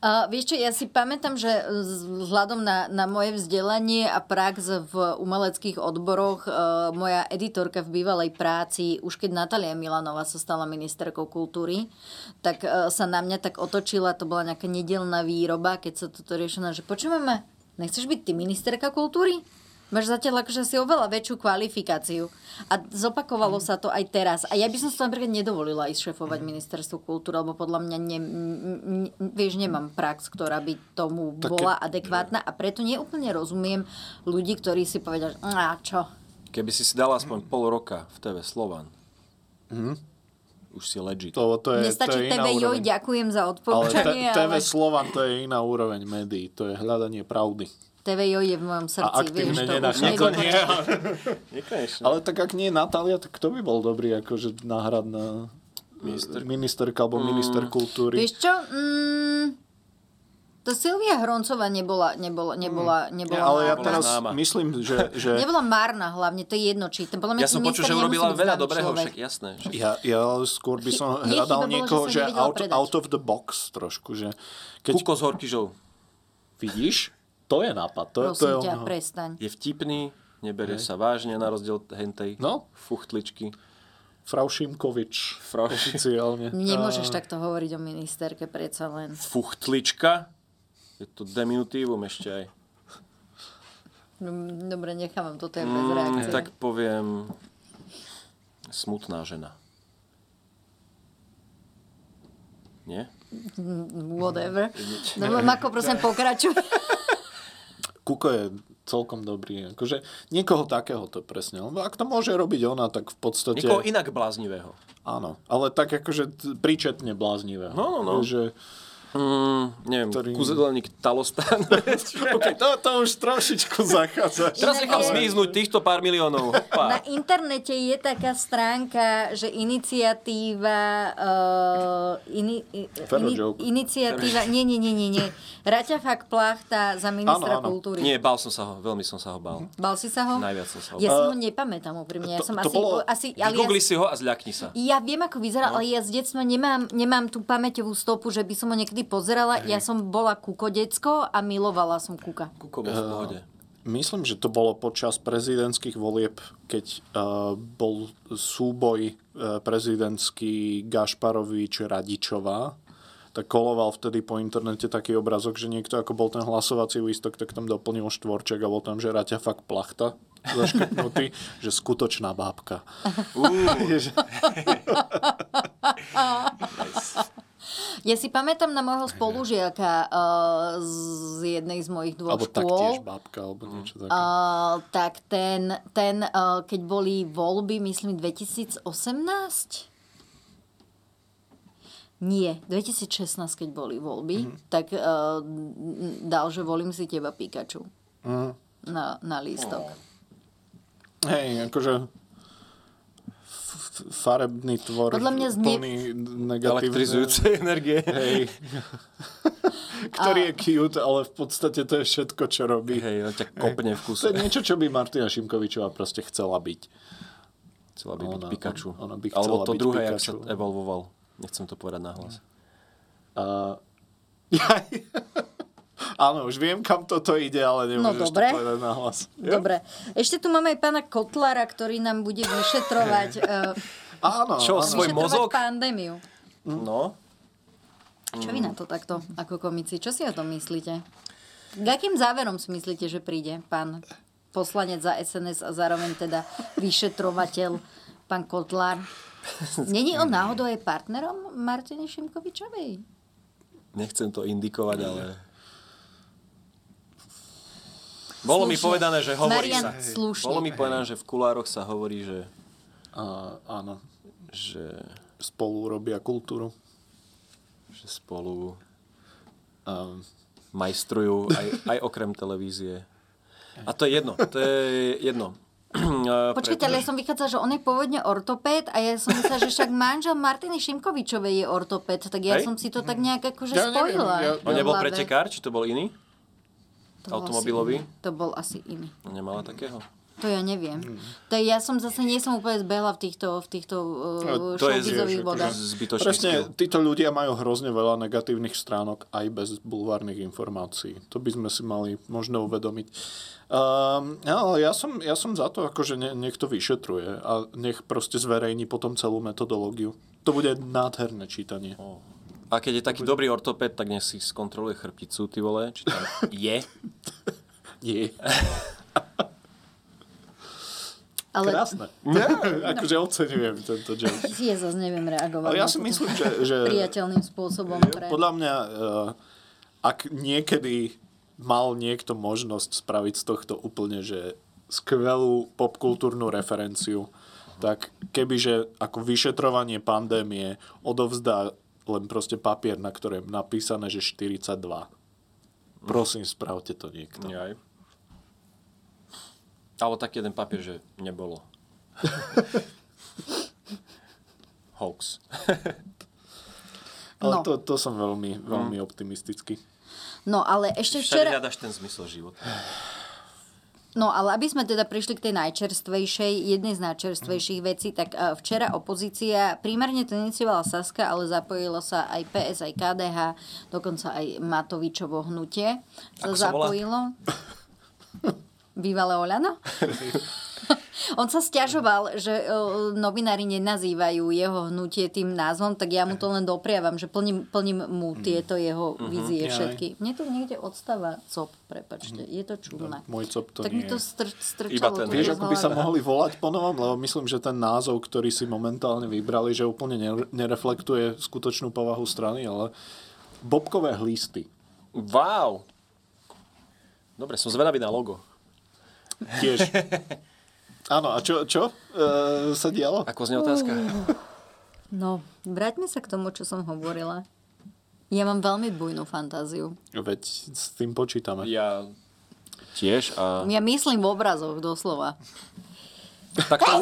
Speaker 1: Uh, vieš čo, ja si pamätám, že e, z- vzhľadom na, na moje vzdelanie a prax v umeleckých odboroch, uh, moja editorka v bývalej práci, už keď Natalia Milanová sa stala ministerkou kultúry, tak uh, sa na mňa tak otočila, to bola nejaká nedelná výroba, keď sa toto riešila, že počujem ma, nechceš byť ty ministerka kultúry? Máš zatiaľ akože asi oveľa väčšiu kvalifikáciu. A zopakovalo sa to aj teraz. A ja by som sa napríklad nedovolila ísť
Speaker 3: Mhm.
Speaker 1: šefovať ministerstvu kultúry, lebo podľa mňa ne, n- n- vieš, nemám prax, ktorá by tomu
Speaker 3: Tak
Speaker 1: bola
Speaker 3: keď-
Speaker 1: adekvátna a preto neúplne rozumiem ľudí, ktorí si povedia, že a čo,
Speaker 2: Keby si si dal aspoň pol roka v TV Slovan,
Speaker 3: Mhm.
Speaker 2: už si legit.
Speaker 3: To, to je, to
Speaker 1: nestačí
Speaker 3: je
Speaker 1: TV
Speaker 3: iná
Speaker 1: Joj,
Speaker 3: úroveň.
Speaker 1: ďakujem za
Speaker 3: Ale te,
Speaker 1: odporúčanie,
Speaker 3: TV
Speaker 1: ale,
Speaker 3: Slovan to je iná úroveň médií, to je hľadanie pravdy.
Speaker 1: TV Joj je v mojom srdci,
Speaker 3: A aktívne
Speaker 1: vieš, to už
Speaker 3: nenášanie.
Speaker 1: neviem.
Speaker 3: Nie,
Speaker 2: Nekonečne.
Speaker 3: Ale tak ak nie Natália, tak kto by bol dobrý akože náhradná
Speaker 2: Minister.
Speaker 3: ministerka alebo minister kultúry?
Speaker 1: Vieš čo, mm, to Silvia Hroncová nebola, nebola, nebola, nebola
Speaker 3: Mm. No, ale ja
Speaker 1: márna.
Speaker 3: teraz
Speaker 2: známa.
Speaker 3: myslím, že, že
Speaker 1: Nebola márna hlavne, to je jedno, či to podľa mňa
Speaker 2: Ja som počul, že urobila veľa dobrého, však
Speaker 1: však.
Speaker 2: jasné. Že...
Speaker 3: ja, ja skôr by som
Speaker 1: Chy- jej
Speaker 3: hľadal
Speaker 1: chyba bolo,
Speaker 3: niekoho,
Speaker 1: že sa
Speaker 3: že,
Speaker 1: nevedela
Speaker 3: out,
Speaker 1: predať.
Speaker 3: out of the box trošku, že keď
Speaker 2: Kuko s Horkyžou
Speaker 3: vidíš, to je nápad. To, to je
Speaker 1: Prosím ťa,
Speaker 3: ono.
Speaker 1: prestaň.
Speaker 2: je vtipný, neberie sa vážne, na rozdiel od hentej
Speaker 3: No.
Speaker 2: fuchtličky.
Speaker 3: Frau Šimkovič
Speaker 2: Frau-
Speaker 3: oficiálne.
Speaker 1: Nemôžeš takto hovoriť o ministerke, predsa len.
Speaker 2: Fuchtlička? Je to deminutívum ešte aj.
Speaker 1: No, Dobre, nechávam toto je bez reakcie.
Speaker 2: Mm, tak poviem... Smutná žena. Nie?
Speaker 1: Whatever. Dobre, Mako, prosím, pokračuj.
Speaker 3: Kuko je celkom dobrý. Akože niekoho takého to presne. Lebo ak to môže robiť ona, tak v podstate...
Speaker 2: Niekoho inak bláznivého.
Speaker 3: Áno, ale tak akože t- príčetne bláznivého.
Speaker 2: No, no, no.
Speaker 3: Že,
Speaker 2: Mm, neviem,
Speaker 3: Ktorý-
Speaker 2: Ktorý... kuzelník Talostan.
Speaker 3: okay, to, to už trošičku zachádza.
Speaker 2: Teraz
Speaker 1: Inak
Speaker 2: nechám
Speaker 1: je-
Speaker 2: zmiznúť týchto pár miliónov.
Speaker 1: Na
Speaker 2: Hopa.
Speaker 1: internete je taká stránka, že iniciatíva... Uh, ini, i-
Speaker 3: Ferro
Speaker 1: ini,
Speaker 3: joke.
Speaker 1: iniciatíva... Nie, nie, nie, nie, nie. Raťa fakt plachta za ministra
Speaker 3: Áno, áno.
Speaker 1: kultúry.
Speaker 2: Nie, bál som sa ho, veľmi som sa ho bál.
Speaker 1: Bal si sa ho?
Speaker 2: Najviac som sa ho
Speaker 1: Ja si ho nepamätám úprimne. Ja
Speaker 3: to-
Speaker 1: som
Speaker 3: to
Speaker 1: asi...
Speaker 3: bolo-
Speaker 1: asi ale ja,
Speaker 2: Vygoogli si ho a zľakni sa.
Speaker 1: ja viem, ako vyzeral, ale ja z detstva nemám, nemám tú pamäťovú stopu, že by som ho niekedy pozerala. Ja som bola kuko decko a milovala som kuka.
Speaker 2: Kuko bol v pohode.
Speaker 3: Myslím, že to bolo počas prezidentských volieb, keď uh, bol súboj uh, prezidentský Gašparovič Radičová. Tak koloval vtedy po internete taký obrazok, že niekto, ako bol ten hlasovací lístok, tak tam doplnil štvorček a bol tam, že Raťa fakt plachta zaškrtnutý, že skutočná bábka.
Speaker 2: Uú,
Speaker 1: Ja si pamätám na môjho spolužiaka uh, z jednej z mojich dvoch
Speaker 3: Alebo
Speaker 1: škôl.
Speaker 3: taktiež babka, alebo niečo také.
Speaker 1: Uh, tak ten, ten uh, keď boli voľby, myslím 2018? Nie, 2016, keď boli voľby, mm. tak uh, dal, že volím si teba Pikachu
Speaker 3: Mm.
Speaker 1: na, na lístok.
Speaker 3: Hej, akože f- f- farebný tvor
Speaker 1: Podľa mňa zne-
Speaker 3: plný negatívne.
Speaker 2: Elektrizujúcej energie.
Speaker 3: Hej. Ktorý je cute, ale v podstate to je všetko, čo robí.
Speaker 2: Hej, no ťa kopne v kuse.
Speaker 3: To je niečo, čo by Martina Šimkovičová proste chcela byť.
Speaker 2: Chcela by byť
Speaker 3: Ona-
Speaker 2: Pikachu.
Speaker 3: ona by chcela
Speaker 2: Alebo to
Speaker 3: byť
Speaker 2: druhé, jak sa
Speaker 3: Pikachu. Mhm.
Speaker 2: evolvoval. Nechcem to povedať nahlas.
Speaker 3: A... Jaj. Áno, už viem, kam toto ide, ale
Speaker 1: No
Speaker 3: nemôžeš
Speaker 1: dobre.
Speaker 3: to povedať na hlas.
Speaker 1: Dobre. Ešte tu máme aj pána Kotlara, ktorý nám bude vyšetrovať, uh,
Speaker 3: Áno,
Speaker 2: Čo,
Speaker 3: áno.
Speaker 2: svoj
Speaker 1: vyšetrovať
Speaker 2: mozog?
Speaker 1: pandémiu.
Speaker 2: No.
Speaker 1: Čo vy na to takto, ako komici? Čo si o tom myslíte? K akým záverom si myslíte, že príde pán poslanec za SNS a zároveň teda vyšetrovateľ, pán Kotlár? Není on náhodou aj partnerom Martine Šimkovičovej?
Speaker 2: Nechcem to indikovať, ale... Bolo mi
Speaker 1: Slušne.
Speaker 2: povedané, že hovorí
Speaker 1: Marian,
Speaker 2: sa.
Speaker 1: slušne.
Speaker 2: Bolo mi povedané, že v kulároch sa hovorí, že...
Speaker 3: A, áno,
Speaker 2: že,
Speaker 3: spolu robia kultúru.
Speaker 2: že spolu
Speaker 3: Um,
Speaker 2: majstrujú aj, aj okrem televízie. A to je jedno. To je jedno. Eh,
Speaker 1: Počkajte, ale ja som vychádzala, že on je pôvodne ortopéd a ja som myslela, že však manžel Martiny Šimkovičovej je ortopéd, tak ja
Speaker 2: Hej?
Speaker 1: som si to tak nejak akože
Speaker 3: Ja neviem,
Speaker 1: spojila.
Speaker 3: ja-
Speaker 2: On
Speaker 1: v
Speaker 2: nebol
Speaker 1: hlave.
Speaker 2: pretekár, či to bol iný?
Speaker 1: To bol asi
Speaker 2: automobilový?
Speaker 1: iný. To bol asi iný.
Speaker 2: Nemala takého?
Speaker 1: To ja neviem.
Speaker 3: Mhm.
Speaker 1: To je- ja som zase, nie som úplne zbehla v týchto, v týchto
Speaker 3: No,
Speaker 1: uh,
Speaker 2: To je
Speaker 1: showbizových
Speaker 2: z-
Speaker 1: vodách.
Speaker 2: zbytočný
Speaker 3: Presne,
Speaker 2: skill.
Speaker 3: títo ľudia majú hrozne veľa negatívnych stránok aj bez bulvárnych informácií. To by sme si mali možno uvedomiť. Um, ale ja som, ja som za to, akože ne, nech to vyšetruje a nech proste zverejní potom celú metodológiu. To bude nádherné čítanie.
Speaker 2: A keď je taký dobrý ortopéd, tak nech si skontroluje chrbticu, ty vole, či tam je.
Speaker 3: Je.
Speaker 1: Ale
Speaker 3: Krásne. akože oceňujem tento joke.
Speaker 1: ja zase neviem reagovať.
Speaker 3: Ale ja
Speaker 1: na
Speaker 3: si
Speaker 1: toto
Speaker 3: myslím, že, že
Speaker 1: Priateľným spôsobom. Pre...
Speaker 3: podľa mňa, eh, ak niekedy mal niekto možnosť spraviť z tohto úplne, že skvelú popkultúrnu referenciu, tak kebyže ako vyšetrovanie pandémie odovzdá len proste papier, na ktorom je napísané, že 42. Prosím, spravte to niekto.
Speaker 2: Jaj. Alebo taký jeden papier, že nebolo. Hoax.
Speaker 3: Ale
Speaker 1: No.
Speaker 3: to, to som veľmi, veľmi optimistický.
Speaker 1: No ale ešte včera...
Speaker 2: Všade hľadaš ten zmysel života.
Speaker 1: No ale aby sme teda prišli k tej najčerstvejšej, jednej z najčerstvejších vecí, tak eh, včera opozícia primárne to iniciovala Saska, ale zapojilo sa aj PS, aj KDH, dokonca aj Matovičovo hnutie sa
Speaker 2: Ako sa volá?
Speaker 1: zapojilo. Bývalé Oľano? On sa stiažoval, že eh, novinári nenazývajú jeho hnutie tým názvom, tak ja mu to len dopriavam, že plním, plním mu
Speaker 2: Mhm.
Speaker 1: tieto jeho vízie
Speaker 3: Jaj.
Speaker 1: všetky. Mne tu niekde odstáva cop, prepačte, je to čudné.
Speaker 3: Môj cop to
Speaker 1: tak
Speaker 3: nie
Speaker 1: mi to
Speaker 3: je.
Speaker 1: str- strčalo.
Speaker 2: Iba ten,
Speaker 1: tu
Speaker 3: Vieš,
Speaker 1: z
Speaker 3: ako by sa
Speaker 1: hlavy.
Speaker 3: mohli volať po novom, lebo myslím, že ten názov, ktorý si momentálne vybrali, že úplne ner- nereflektuje skutočnú povahu strany, ale bobkové hlisty.
Speaker 2: Wow! Dobre, som zvedavý na logo.
Speaker 3: Tiež. Áno, a čo, čo e, sa dialo?
Speaker 2: Ako znie otázka?
Speaker 1: No, vráťme sa k tomu, čo som hovorila. Ja mám veľmi bujnú fantáziu.
Speaker 3: Veď s tým počítame.
Speaker 2: Ja tiež a...
Speaker 1: Ja myslím v obrazoch, doslova.
Speaker 2: Tak to...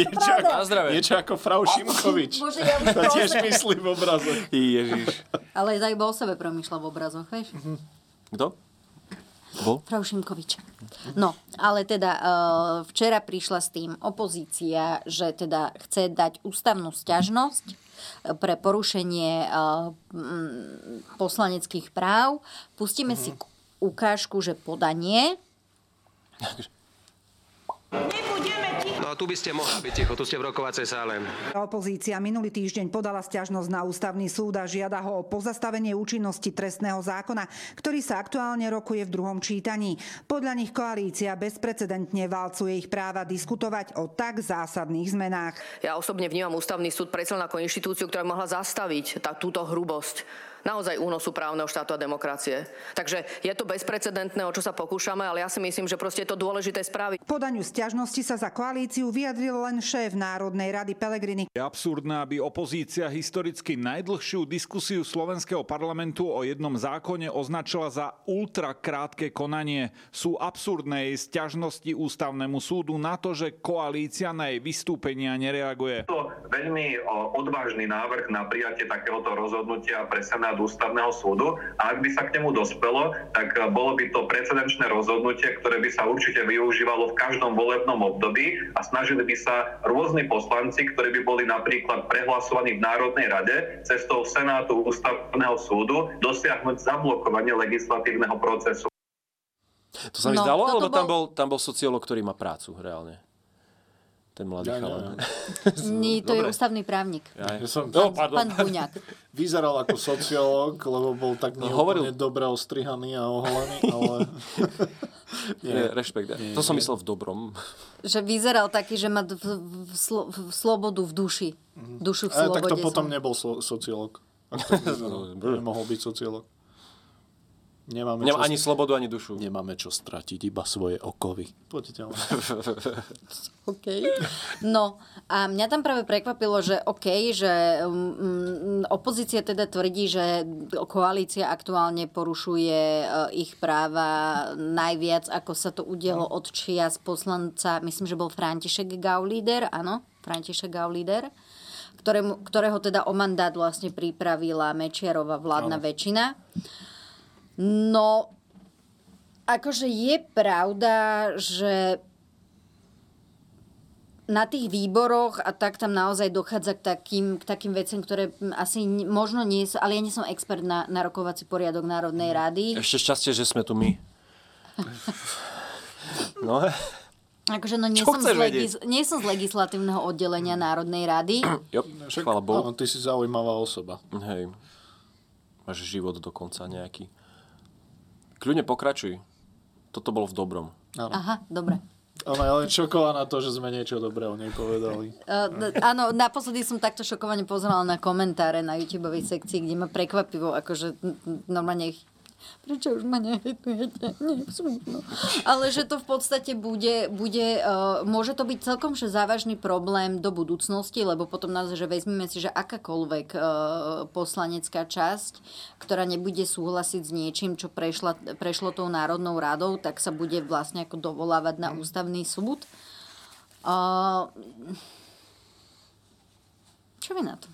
Speaker 2: Na zdravie.
Speaker 3: Niečo ako Frau Šimkovič.
Speaker 1: Bože, ja už
Speaker 3: Sa
Speaker 1: to
Speaker 3: tiež
Speaker 1: obraze.
Speaker 3: myslí v obraze.
Speaker 2: Ježiš.
Speaker 1: Ale aj iba o sebe promýšľa v obrazoch, vieš?
Speaker 2: Kto? Bol?
Speaker 1: Frau Šimkovič. No, ale teda e, včera prišla s tým opozícia, že teda chce dať ústavnú sťažnosť e, pre porušenie e, m, poslaneckých práv. Mhm. Pustíme si k- ukážku, že podanie.
Speaker 7: No tu by ste mohli byť ticho, tu ste v rokovacej sále.
Speaker 13: Opozícia minulý týždeň podala stiažnosť na ústavný súd a žiada ho o pozastavenie účinnosti trestného zákona, ktorý sa aktuálne rokuje v druhom čítaní. Podľa nich koalícia bezprecedentne válcuje ich práva diskutovať o tak zásadných zmenách.
Speaker 14: Ja osobne vnímam ústavný súd predsa ako inštitúciu, ktorá by mohla zastaviť tá, túto hrubosť naozaj únosu právneho štátu a demokracie. Takže je to bezprecedentné, o čo sa pokúšame, ale ja si myslím, že proste je to dôležité spraviť.
Speaker 13: K podaniu stiažnosti sa za koalíciu vyjadril len šéf Národnej rady Pelegrini.
Speaker 15: Je absurdné, aby opozícia historicky najdlhšiu diskusiu slovenského parlamentu o jednom zákone označila za ultrakrátke konanie. Sú absurdné jej stiažnosti ústavnému súdu na to, že koalícia na jej vystúpenia nereaguje.
Speaker 16: To veľmi o, odvážny návrh na prijatie takéhoto rozhodnutia pre Senát ústavného súdu a ak by sa k nemu dospelo, tak e, bolo by to precedenčné rozhodnutie, ktoré by sa určite využívalo v každom volebnom období a snažili by sa rôzni poslanci, ktorí by boli napríklad prehlasovaní v Národnej rade cestou Senátu ústavného súdu dosiahnuť zablokovanie legislatívneho procesu.
Speaker 2: To sa mi no,
Speaker 16: No,
Speaker 2: zdalo,
Speaker 16: toto
Speaker 2: alebo tam
Speaker 16: bol-
Speaker 2: bol, tam bol sociológ, ktorý má prácu, reálne. Ten mladý ja,
Speaker 3: Ja neviem.
Speaker 2: chalan.
Speaker 1: Nie, to je
Speaker 2: Dobre.
Speaker 1: ústavný právnik.
Speaker 2: Ja,
Speaker 3: ja som...
Speaker 1: Pán, pán Buňák.
Speaker 3: Vyzeral ako sociológ, lebo bol tak neúplne dobre ostrihaný a oholený, ale...
Speaker 2: Nie, rešpekt.
Speaker 3: Nie,
Speaker 2: to som
Speaker 3: nie.
Speaker 2: myslel v dobrom.
Speaker 1: Že vyzeral taký, že má v, v, v, slo, v slobodu v duši. Dušu v
Speaker 3: Mhm. Ale E, tak
Speaker 1: slobode.
Speaker 3: to potom
Speaker 1: som.
Speaker 3: nebol so, sociológ. Ak to vyzeral. Nemohol byť sociológ. Nemáme
Speaker 2: Nemá ani slobodu, ani dušu.
Speaker 3: Nemáme čo stratiť, iba svoje okovy. Poďte ďalej.
Speaker 1: OK. No a mňa tam práve prekvapilo, že OK, že mm, mm, opozícia teda tvrdí, že koalícia aktuálne porušuje e, ich práva najviac, ako sa to udialo od čias poslanca, myslím, že bol František Gaulíder, áno, František Gaulíder, ktorému, ktorého teda o mandát vlastne pripravila Mečiarova vládna väčšina. No, akože je pravda, že na tých výboroch a tak tam naozaj dochádza k takým, k takým veciam, ktoré mm, asi n- možno nie sú, ale ja nie som expert na, na rokovací poriadok Národnej
Speaker 2: Mhm.
Speaker 1: rady.
Speaker 2: Ešte šťastie, že sme tu my. No,
Speaker 1: Akože no nie som,
Speaker 2: Čo
Speaker 1: z
Speaker 2: chceš
Speaker 1: legis- nie som z legislatívneho oddelenia Národnej rady.
Speaker 2: jo, chvála Bohu.
Speaker 3: No, Áno, ty si zaujímavá osoba.
Speaker 2: Hej. Máš život dokonca nejaký. Kľudne pokračuj. Toto bolo v dobrom.
Speaker 1: Aha, dobre.
Speaker 3: Ona je len šokovaná to, že sme niečo dobré o nej povedali.
Speaker 1: Uh, d- áno, naposledy som takto šokovane pozerala na komentáre na YouTube sekcii, kde ma prekvapivo, akože n- n- normálne ich prečo už ma nehejtujete? Nie, absurdno. Ale že to v podstate bude, bude uh, môže to byť celkom že závažný problém do budúcnosti, lebo potom naozaj, že vezmeme si, že akákoľvek uh, poslanecká časť, ktorá nebude súhlasiť s niečím, čo prešla, prešlo tou Národnou radou, tak sa bude vlastne ako dovolávať na ústavný súd. Uh, čo vy na to?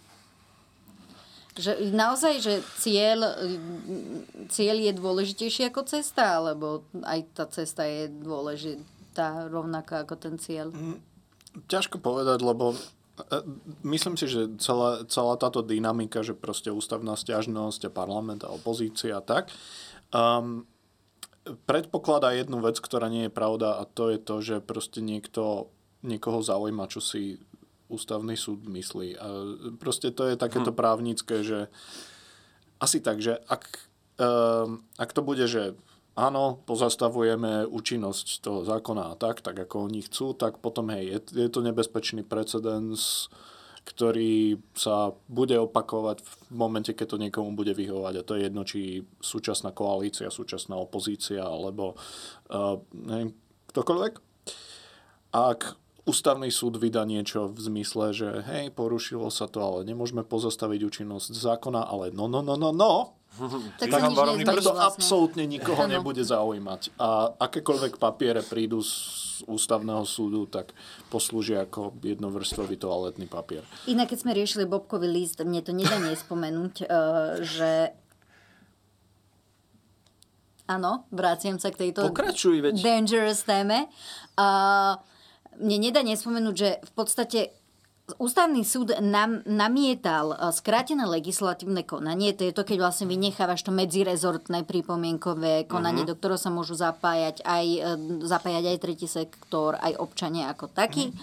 Speaker 1: Že naozaj, že cieľ, mm, cieľ je dôležitejší ako cesta, alebo aj tá cesta je dôležitá rovnaká ako ten cieľ.
Speaker 3: Ťažko povedať, lebo e, myslím si, že celá, celá táto dynamika, že proste ústavná stiažnosť a parlament a opozícia a tak, um, predpokladá jednu vec, ktorá nie je pravda a to je to, že proste niekto, niekoho zaujíma, čo si ústavný súd myslí. A proste to je takéto právnické, že asi tak, že ak, um, ak to bude, že áno, pozastavujeme účinnosť toho zákona a tak, tak ako oni chcú, tak potom hej, je, je to nebezpečný precedens, ktorý sa bude opakovať v momente, keď to niekomu bude vyhovať. A to je jedno, či súčasná koalícia, súčasná opozícia, alebo uh, neviem, ktokoľvek. Ak ústavný súd vydá niečo v zmysle, že hej, porušilo sa to, ale nemôžeme pozastaviť účinnosť zákona, ale no, no, no, no, no,
Speaker 1: Tak sa nič nezmení
Speaker 3: tak to
Speaker 1: vlastne.
Speaker 3: absolútne nikoho
Speaker 1: Áno.
Speaker 3: nebude zaujímať. A akékoľvek papiere prídu z ústavného súdu, tak poslúžia ako jednovrstvový toaletný papier.
Speaker 1: Inak keď sme riešili Bobkový list, mne to nedá nespomenúť, eh, že... Áno, vraciam sa k tejto
Speaker 2: Pokračuj, veď.
Speaker 1: dangerous téme. Uh, mne nedá nespomenúť, že v podstate Ústavný súd nam, namietal e, skrátené legislatívne konanie, to je to, keď vlastne vynechávaš to medzirezortné pripomienkové konanie,
Speaker 10: Mhm.
Speaker 1: do ktorého sa môžu zapájať aj, e, zapájať aj tretí sektor, aj občania ako
Speaker 2: Mhm.
Speaker 1: takí.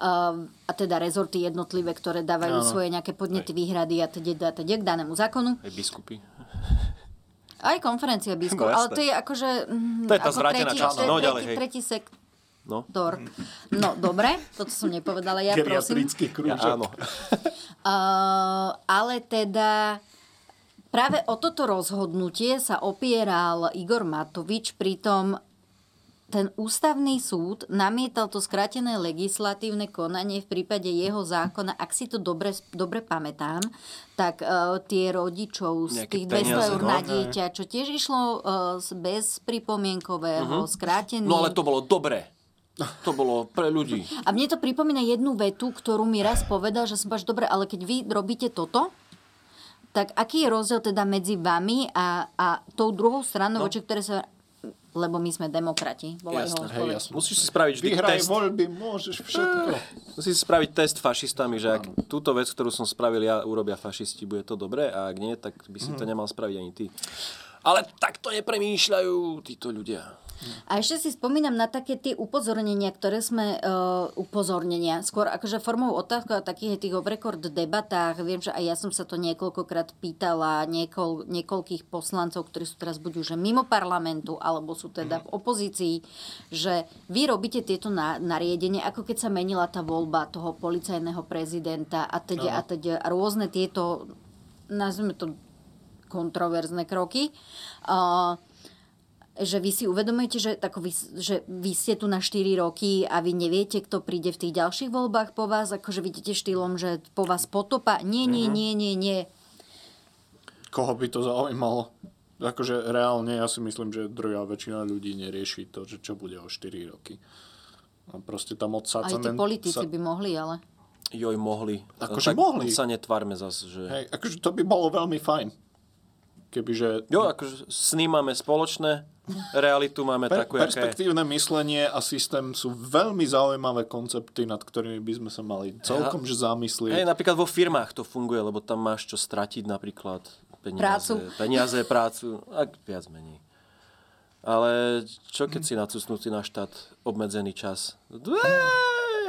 Speaker 1: Uh, a teda rezorty jednotlivé, ktoré dávajú
Speaker 2: Áno.
Speaker 1: svoje nejaké podnety, výhrady a teda, a teda k danému zákonu.
Speaker 2: Aj biskupy.
Speaker 1: Aj konferencia biskupov,
Speaker 2: No,
Speaker 1: ale
Speaker 2: jasné.
Speaker 1: to je akože... mm,
Speaker 2: To je tá
Speaker 1: ako
Speaker 2: zvrátená
Speaker 1: tretí-
Speaker 2: časť,
Speaker 1: to je
Speaker 2: no,
Speaker 1: tretí-
Speaker 2: ďalej, hej.
Speaker 1: Tretí
Speaker 2: No.
Speaker 1: sektor. No, dobre, toto som nepovedala ja, prosím.
Speaker 3: Geriatrický krúžok.
Speaker 2: Ja, áno.
Speaker 1: Uh, ale teda práve o toto rozhodnutie sa opieral Igor Matovič, pritom ten ústavný súd namietal to skrátené legislatívne konanie v prípade jeho zákona, ak si to dobre, dobre pamätám, tak uh, tie rodičov z
Speaker 10: Nejaké
Speaker 1: tých 200
Speaker 2: peniaze,
Speaker 1: eur
Speaker 2: no.
Speaker 1: na dieťa, čo tiež išlo uh, z- bez pripomienkového,
Speaker 2: Mhm.
Speaker 1: skrátený.
Speaker 2: No ale to bolo dobré. To bolo pre ľudí.
Speaker 1: A mne to pripomína jednu vetu, ktorú mi raz povedal, že som až dobre, ale keď vy robíte toto, tak aký je rozdiel teda medzi vami a, a tou druhou stranou, no. voči ktoré sa... Lebo my sme demokrati. Bola jeho odpoveď.
Speaker 2: Musíš si spraviť vždy
Speaker 3: Vyhraj
Speaker 2: test.
Speaker 3: voľby, môžeš všetko.
Speaker 2: Musíš si spraviť test fašistami, že ak túto vec, ktorú som spravil ja, urobia fašisti, bude to dobré a ak nie, tak by si to
Speaker 3: Mhm.
Speaker 1: Mm.
Speaker 2: nemal spraviť ani ty. Ale takto nepremýšľajú títo ľudia.
Speaker 1: A ešte si spomínam na také tie upozornenia, ktoré sme... Uh, upozornenia, skôr akože formou otázka a takých tých rekord debatách. Viem, že aj ja som sa to niekoľkokrát pýtala niekoľ, niekoľkých poslancov, ktorí sú teraz buď už že mimo parlamentu, alebo sú teda v opozícii, že vy robíte tieto na, nariadenie, ako keď sa menila tá voľba toho policajného prezidenta a teda,
Speaker 10: Áno.
Speaker 1: a teda a rôzne tieto, nazvime to kontroverzné kroky. Uh, že vy si uvedomujete, že, tako vy, že vy ste tu na 4 roky a vy neviete, kto príde v tých ďalších voľbách po vás, akože vidíte štýlom, že po vás potopa. Nie, nie,
Speaker 3: Mhm.
Speaker 1: nie, nie, nie.
Speaker 3: Koho by to zaujímalo? Akože reálne, ja si myslím, že druhá väčšina ľudí nerieši to, že čo bude o 4 roky. A proste tá moc sa...
Speaker 1: Aj tí
Speaker 3: cemen-
Speaker 1: politici
Speaker 3: sa-
Speaker 1: by mohli, ale...
Speaker 2: Joj, mohli. No
Speaker 3: Akože
Speaker 2: tak
Speaker 3: mohli.
Speaker 2: Sa netvárme zase, že...
Speaker 3: Hej, akože to by bolo veľmi fajn. Kebyže...
Speaker 2: Jo, akože sny máme spoločné, realitu máme
Speaker 3: Per-
Speaker 2: takú, aká je.
Speaker 3: perspektívne myslenie a systém sú veľmi zaujímavé koncepty, nad ktorými by sme sa mali celkom že zamyslieť.
Speaker 2: Hej, napríklad vo firmách to funguje, lebo tam máš čo stratiť napríklad peniaze,
Speaker 1: Prácu.
Speaker 2: peniaze prácu a viac menej. Ale čo keď si nacusnutý na štát obmedzený čas?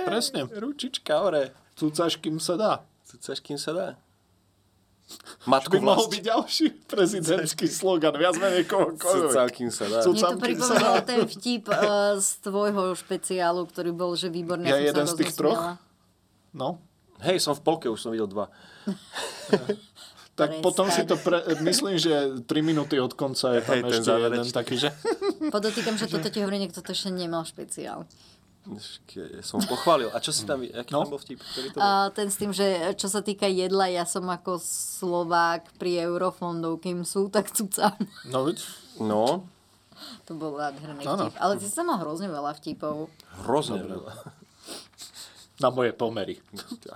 Speaker 3: Presne.
Speaker 2: Ručička, ore.
Speaker 3: Cúcaš, kým sa dá.
Speaker 2: Cúcaš, kým sa dá. Matku
Speaker 3: by mohol
Speaker 2: vlast.
Speaker 3: byť ďalší prezidentský slogan, viac menej kohokoľvek.
Speaker 2: Cúcam, kým sa dá.
Speaker 1: Mne to
Speaker 3: Cúcam, kým sa dá.
Speaker 1: pripomínal ten vtip eh, z tvojho špeciálu, ktorý bol, že výborný.
Speaker 2: Ja
Speaker 1: som sa
Speaker 2: jeden z tých troch?
Speaker 1: rozosmiala.
Speaker 3: No.
Speaker 2: Hej, som v polke, už som videl dva.
Speaker 3: Tak potom si to, pre, myslím, že 3 minúty od konca je tam
Speaker 2: Hej, ten
Speaker 3: ešte jeden
Speaker 2: záverečný.
Speaker 3: taký, že...
Speaker 1: Podotýkam, že toto ti hovorí niekto, kto ešte nemal špeciál.
Speaker 2: Ke- Som pochválil. A čo si tam, aký
Speaker 3: No.
Speaker 2: tam bol vtip? Ktorý to bol?
Speaker 1: A ten s tým, že čo sa týka jedla, ja som ako Slovák pri eurofondov, kým sú, tak cucám.
Speaker 3: No, veď.
Speaker 2: No,
Speaker 1: To bol nádherný
Speaker 3: Áno.
Speaker 1: vtip. Ale ty si mal hrozne veľa vtipov.
Speaker 2: hrozne
Speaker 3: Dobre.
Speaker 2: veľa.
Speaker 3: Na moje pomery.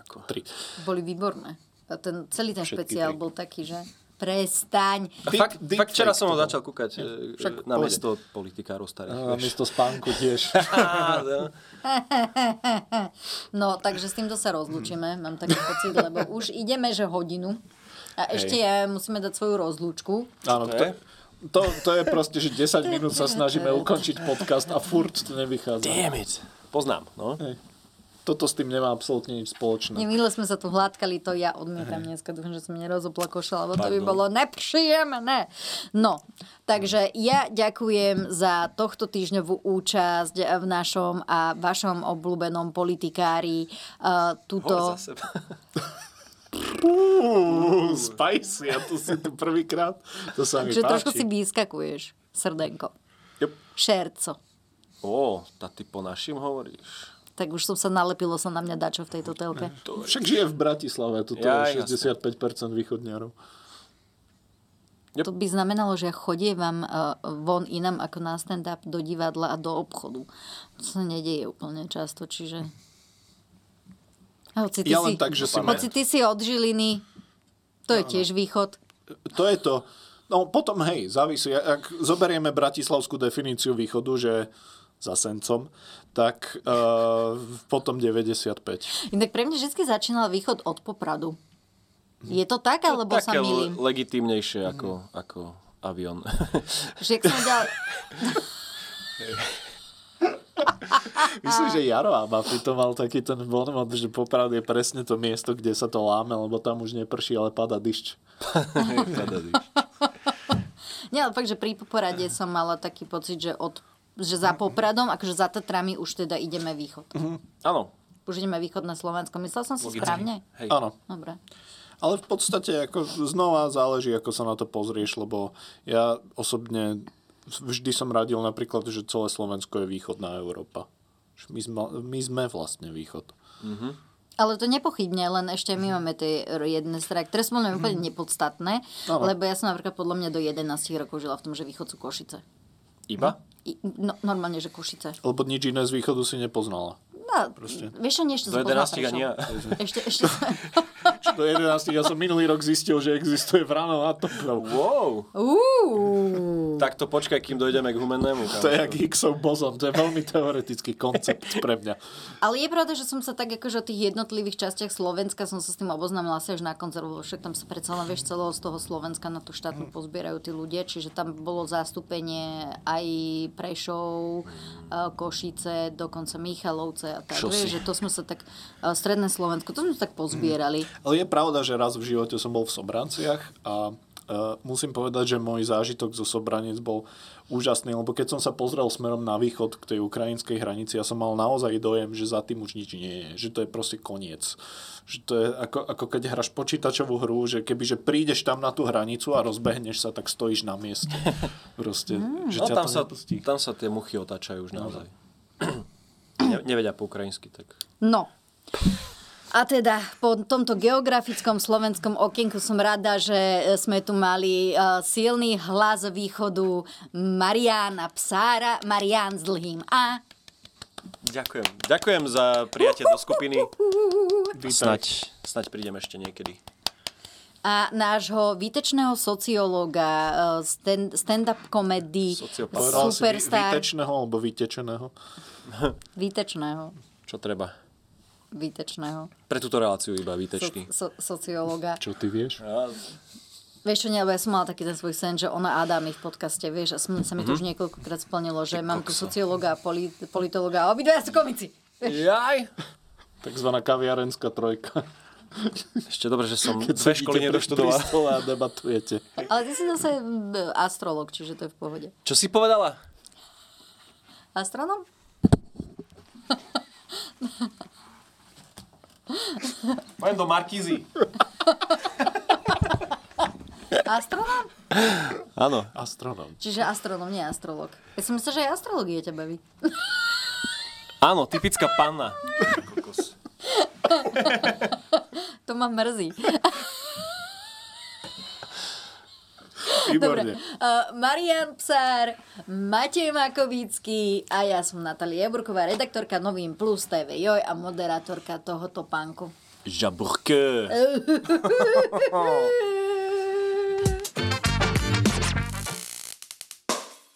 Speaker 2: Ako?
Speaker 3: Tri.
Speaker 1: Boli výborné. A ten, celý ten
Speaker 3: Všetky
Speaker 1: špeciál
Speaker 3: tri.
Speaker 1: bol taký, že prestaň.
Speaker 2: A fakt, fakt včera som ho
Speaker 3: to bol.
Speaker 2: začal kúkať e,
Speaker 3: však
Speaker 2: na
Speaker 3: pohode.
Speaker 2: mesto politikárov starých.
Speaker 3: A
Speaker 2: vieš.
Speaker 3: miesto spánku tiež.
Speaker 2: Á, no.
Speaker 1: No, takže s týmto sa
Speaker 3: Mhm.
Speaker 1: rozlúčime, mám taký pocit, lebo už ideme, že hodinu. A
Speaker 3: Hej.
Speaker 1: ešte ja, musíme dať svoju rozlúčku.
Speaker 3: Áno, to, to, to je proste, že 10 minút sa snažíme ukončiť podcast a furt to nevychádza.
Speaker 2: Damn it. Poznám, no.
Speaker 3: Hej. Toto s tým nemá absolútne nič spoločné.
Speaker 1: Nemýle sme sa tu hladkali, to ja odmietam dneska. Dúfam, že som nerozoplakošala, lebo to by
Speaker 3: Pardon.
Speaker 1: bolo nepříjemné. No, takže ja ďakujem za tohto týždňovú účasť v našom a vašom obľúbenom politikári. Uh, tuto...
Speaker 3: Uuu, spicy, a tu si tu prvýkrát. To sa mi
Speaker 1: Takže trošku si
Speaker 3: páči.
Speaker 1: vyskakuješ, srdenko.
Speaker 2: Yep.
Speaker 1: Šerco.
Speaker 2: Ó, tá ty po našim hovoríš.
Speaker 1: Tak už som sa nalepilo sa na mňa dačo v tejto telke.
Speaker 3: Však žije v Bratislave, tu
Speaker 2: Ja,
Speaker 3: je 65% východňarov.
Speaker 1: To by znamenalo, že ja chodievam eh, von inam ako na stand-up do divadla a do obchodu. To sa nedeje úplne často, čiže... A hoci ty
Speaker 3: Ja
Speaker 1: si,
Speaker 3: len tak, že si No, ma-
Speaker 1: hoci ty si od Žiliny, to je tiež východ.
Speaker 3: To je to. No potom, hej, závisí. Ak zoberieme bratislavskú definíciu východu, že za Sencom, tak uh, potom 95.
Speaker 1: Inak pre mňa vždy začínal východ od Popradu. Je to tak, alebo sa
Speaker 2: Také
Speaker 1: milím?
Speaker 2: le- legitímnejšie
Speaker 3: Mhm.
Speaker 2: ako, ako avion.
Speaker 1: Že ak som dal...
Speaker 3: Myslím, že Jaro Aba fitoval taký ten bonmot, že Poprad je presne to miesto, kde sa to láme, lebo tam už neprší, ale pada dyšť.
Speaker 2: pada dyšť.
Speaker 1: Nie, ale fakt, že pri Poprade som mala taký pocit, že, od, že za Popradom, akože za Tatrami už teda ideme východ.
Speaker 3: Mhm.
Speaker 2: Áno.
Speaker 1: Už ideme východ na Slovensko. Myslel som si
Speaker 2: Logicky.
Speaker 1: správne?
Speaker 2: Hej.
Speaker 3: Áno.
Speaker 1: Dobre.
Speaker 3: Ale v podstate ako znova záleží, ako sa na to pozrieš, lebo ja osobne vždy som radil napríklad, že celé Slovensko je východná Európa. Že My sme, my sme vlastne východ.
Speaker 2: Mhm.
Speaker 1: Ale to nepochybne, len ešte
Speaker 3: Mhm.
Speaker 1: my máme tie jedné strany, ktoré sú mm. úplne nepodstatné,
Speaker 3: No.
Speaker 2: Áno.
Speaker 1: lebo ja som napríklad podľa mňa do 11 rokov žila v tom, že východ sú Košice.
Speaker 2: Iba?
Speaker 1: I, no, normálne, že Košice.
Speaker 3: Lebo nič iné z východu si nepoznala.
Speaker 1: No,
Speaker 3: Proste.
Speaker 1: vieš čo, nie, ešte
Speaker 3: Do
Speaker 1: som poznala
Speaker 3: 11 ani
Speaker 1: Prešov.
Speaker 3: ja.
Speaker 1: Ešte, ešte som...
Speaker 3: Do 11. ja som minulý rok zistil, že existuje Vrano a to
Speaker 2: Wow.
Speaker 1: Uú.
Speaker 2: Tak to počkaj, kým dojdeme k humennému. No, kamošu.
Speaker 3: To je jak Higgsov bozon, to je veľmi teoretický koncept pre mňa.
Speaker 1: Ale je pravda, že som sa tak akože o tých jednotlivých častiach Slovenska som sa s tým oboznámila asi až na konci, lebo však tam sa predsa len vieš celého z toho Slovenska na tú
Speaker 3: Mhm.
Speaker 1: štátnu pozbierajú tí ľudia, čiže tam bolo zastúpenie aj Prešov, eh, Košice, dokonca Michalovce a tak.
Speaker 3: Čo
Speaker 1: Vieš,
Speaker 3: si?
Speaker 1: že to sme sa tak, eh, stredné Slovensko, to sme sa tak pozbierali.
Speaker 3: Ale je pravda, že raz v živote som bol v Sobranciach a Uh, musím povedať, že môj zážitok zo Sobranec bol úžasný, lebo keď som sa pozrel smerom na východ k tej ukrajinskej hranici, ja som mal naozaj dojem, že za tým už nič nie je, že to je proste koniec. Že to je ako, ako keď hráš počítačovú hru, že kebyže prídeš tam na tú hranicu a rozbehneš sa, tak stojíš na mieste. Proste, mm, že
Speaker 2: no,
Speaker 3: ťa
Speaker 2: tam,
Speaker 3: to
Speaker 2: sa, tam sa tie muchy otáčajú už naozaj. Ne, nevedia po ukrajinsky, tak...
Speaker 1: No. A teda po tomto geografickom slovenskom okienku som rada, že sme tu mali eh, silný hlas východu Mariana Psára, Marian s dlhým A.
Speaker 2: Ďakujem. Ďakujem za prijatie do skupiny. Snaď, snaď prídem ešte niekedy.
Speaker 1: A nášho výtečného sociológa, eh, stand- stand-up komedy,
Speaker 3: Povedal si vy-
Speaker 1: superstar,
Speaker 3: Výtečného alebo vytečeného?
Speaker 1: výtečného,
Speaker 2: Čo treba?
Speaker 1: výtečného
Speaker 2: Pre túto reláciu iba
Speaker 1: so-
Speaker 2: výtečný.
Speaker 1: so- sociológa.
Speaker 3: Čo ty vieš?
Speaker 2: Ja,
Speaker 1: Vieš čo, nie, lebo ja som mala taký ten svoj sen, že ona a Adam ich v podcaste, vieš, a som, sa mi to
Speaker 2: Mhm.
Speaker 1: už niekoľkokrát splnilo, že mám tu sociológa a poli- politológa a obidvaja sú komici. Vieš?
Speaker 2: Jaj!
Speaker 3: Takzvaná kaviarenská trojka.
Speaker 2: Ešte dobre, že som
Speaker 3: Keď
Speaker 2: dve školy
Speaker 3: sedíte pri-
Speaker 2: nedoštudoval.
Speaker 3: pri stole a debatujete.
Speaker 1: Ale ty si zase mm, astrolog, čiže to je v pohode.
Speaker 2: Čo si povedala?
Speaker 1: Astronom?
Speaker 2: Pojem do Markízy.
Speaker 1: Astronom?
Speaker 2: Áno.
Speaker 3: Astronom.
Speaker 1: Čiže astronom, nie astrolog. Ja som myslela, že aj astrologie ťa baví.
Speaker 2: Áno, typická panna. Kokos.
Speaker 1: To ma mrzí. Dobre.
Speaker 3: Výborne.
Speaker 1: Uh, Marian Psár, Matej Makovický a ja som Natalia Jaburková, redaktorka Novým Plus TV Joj a moderátorka tohoto pánku.
Speaker 2: Žaburke.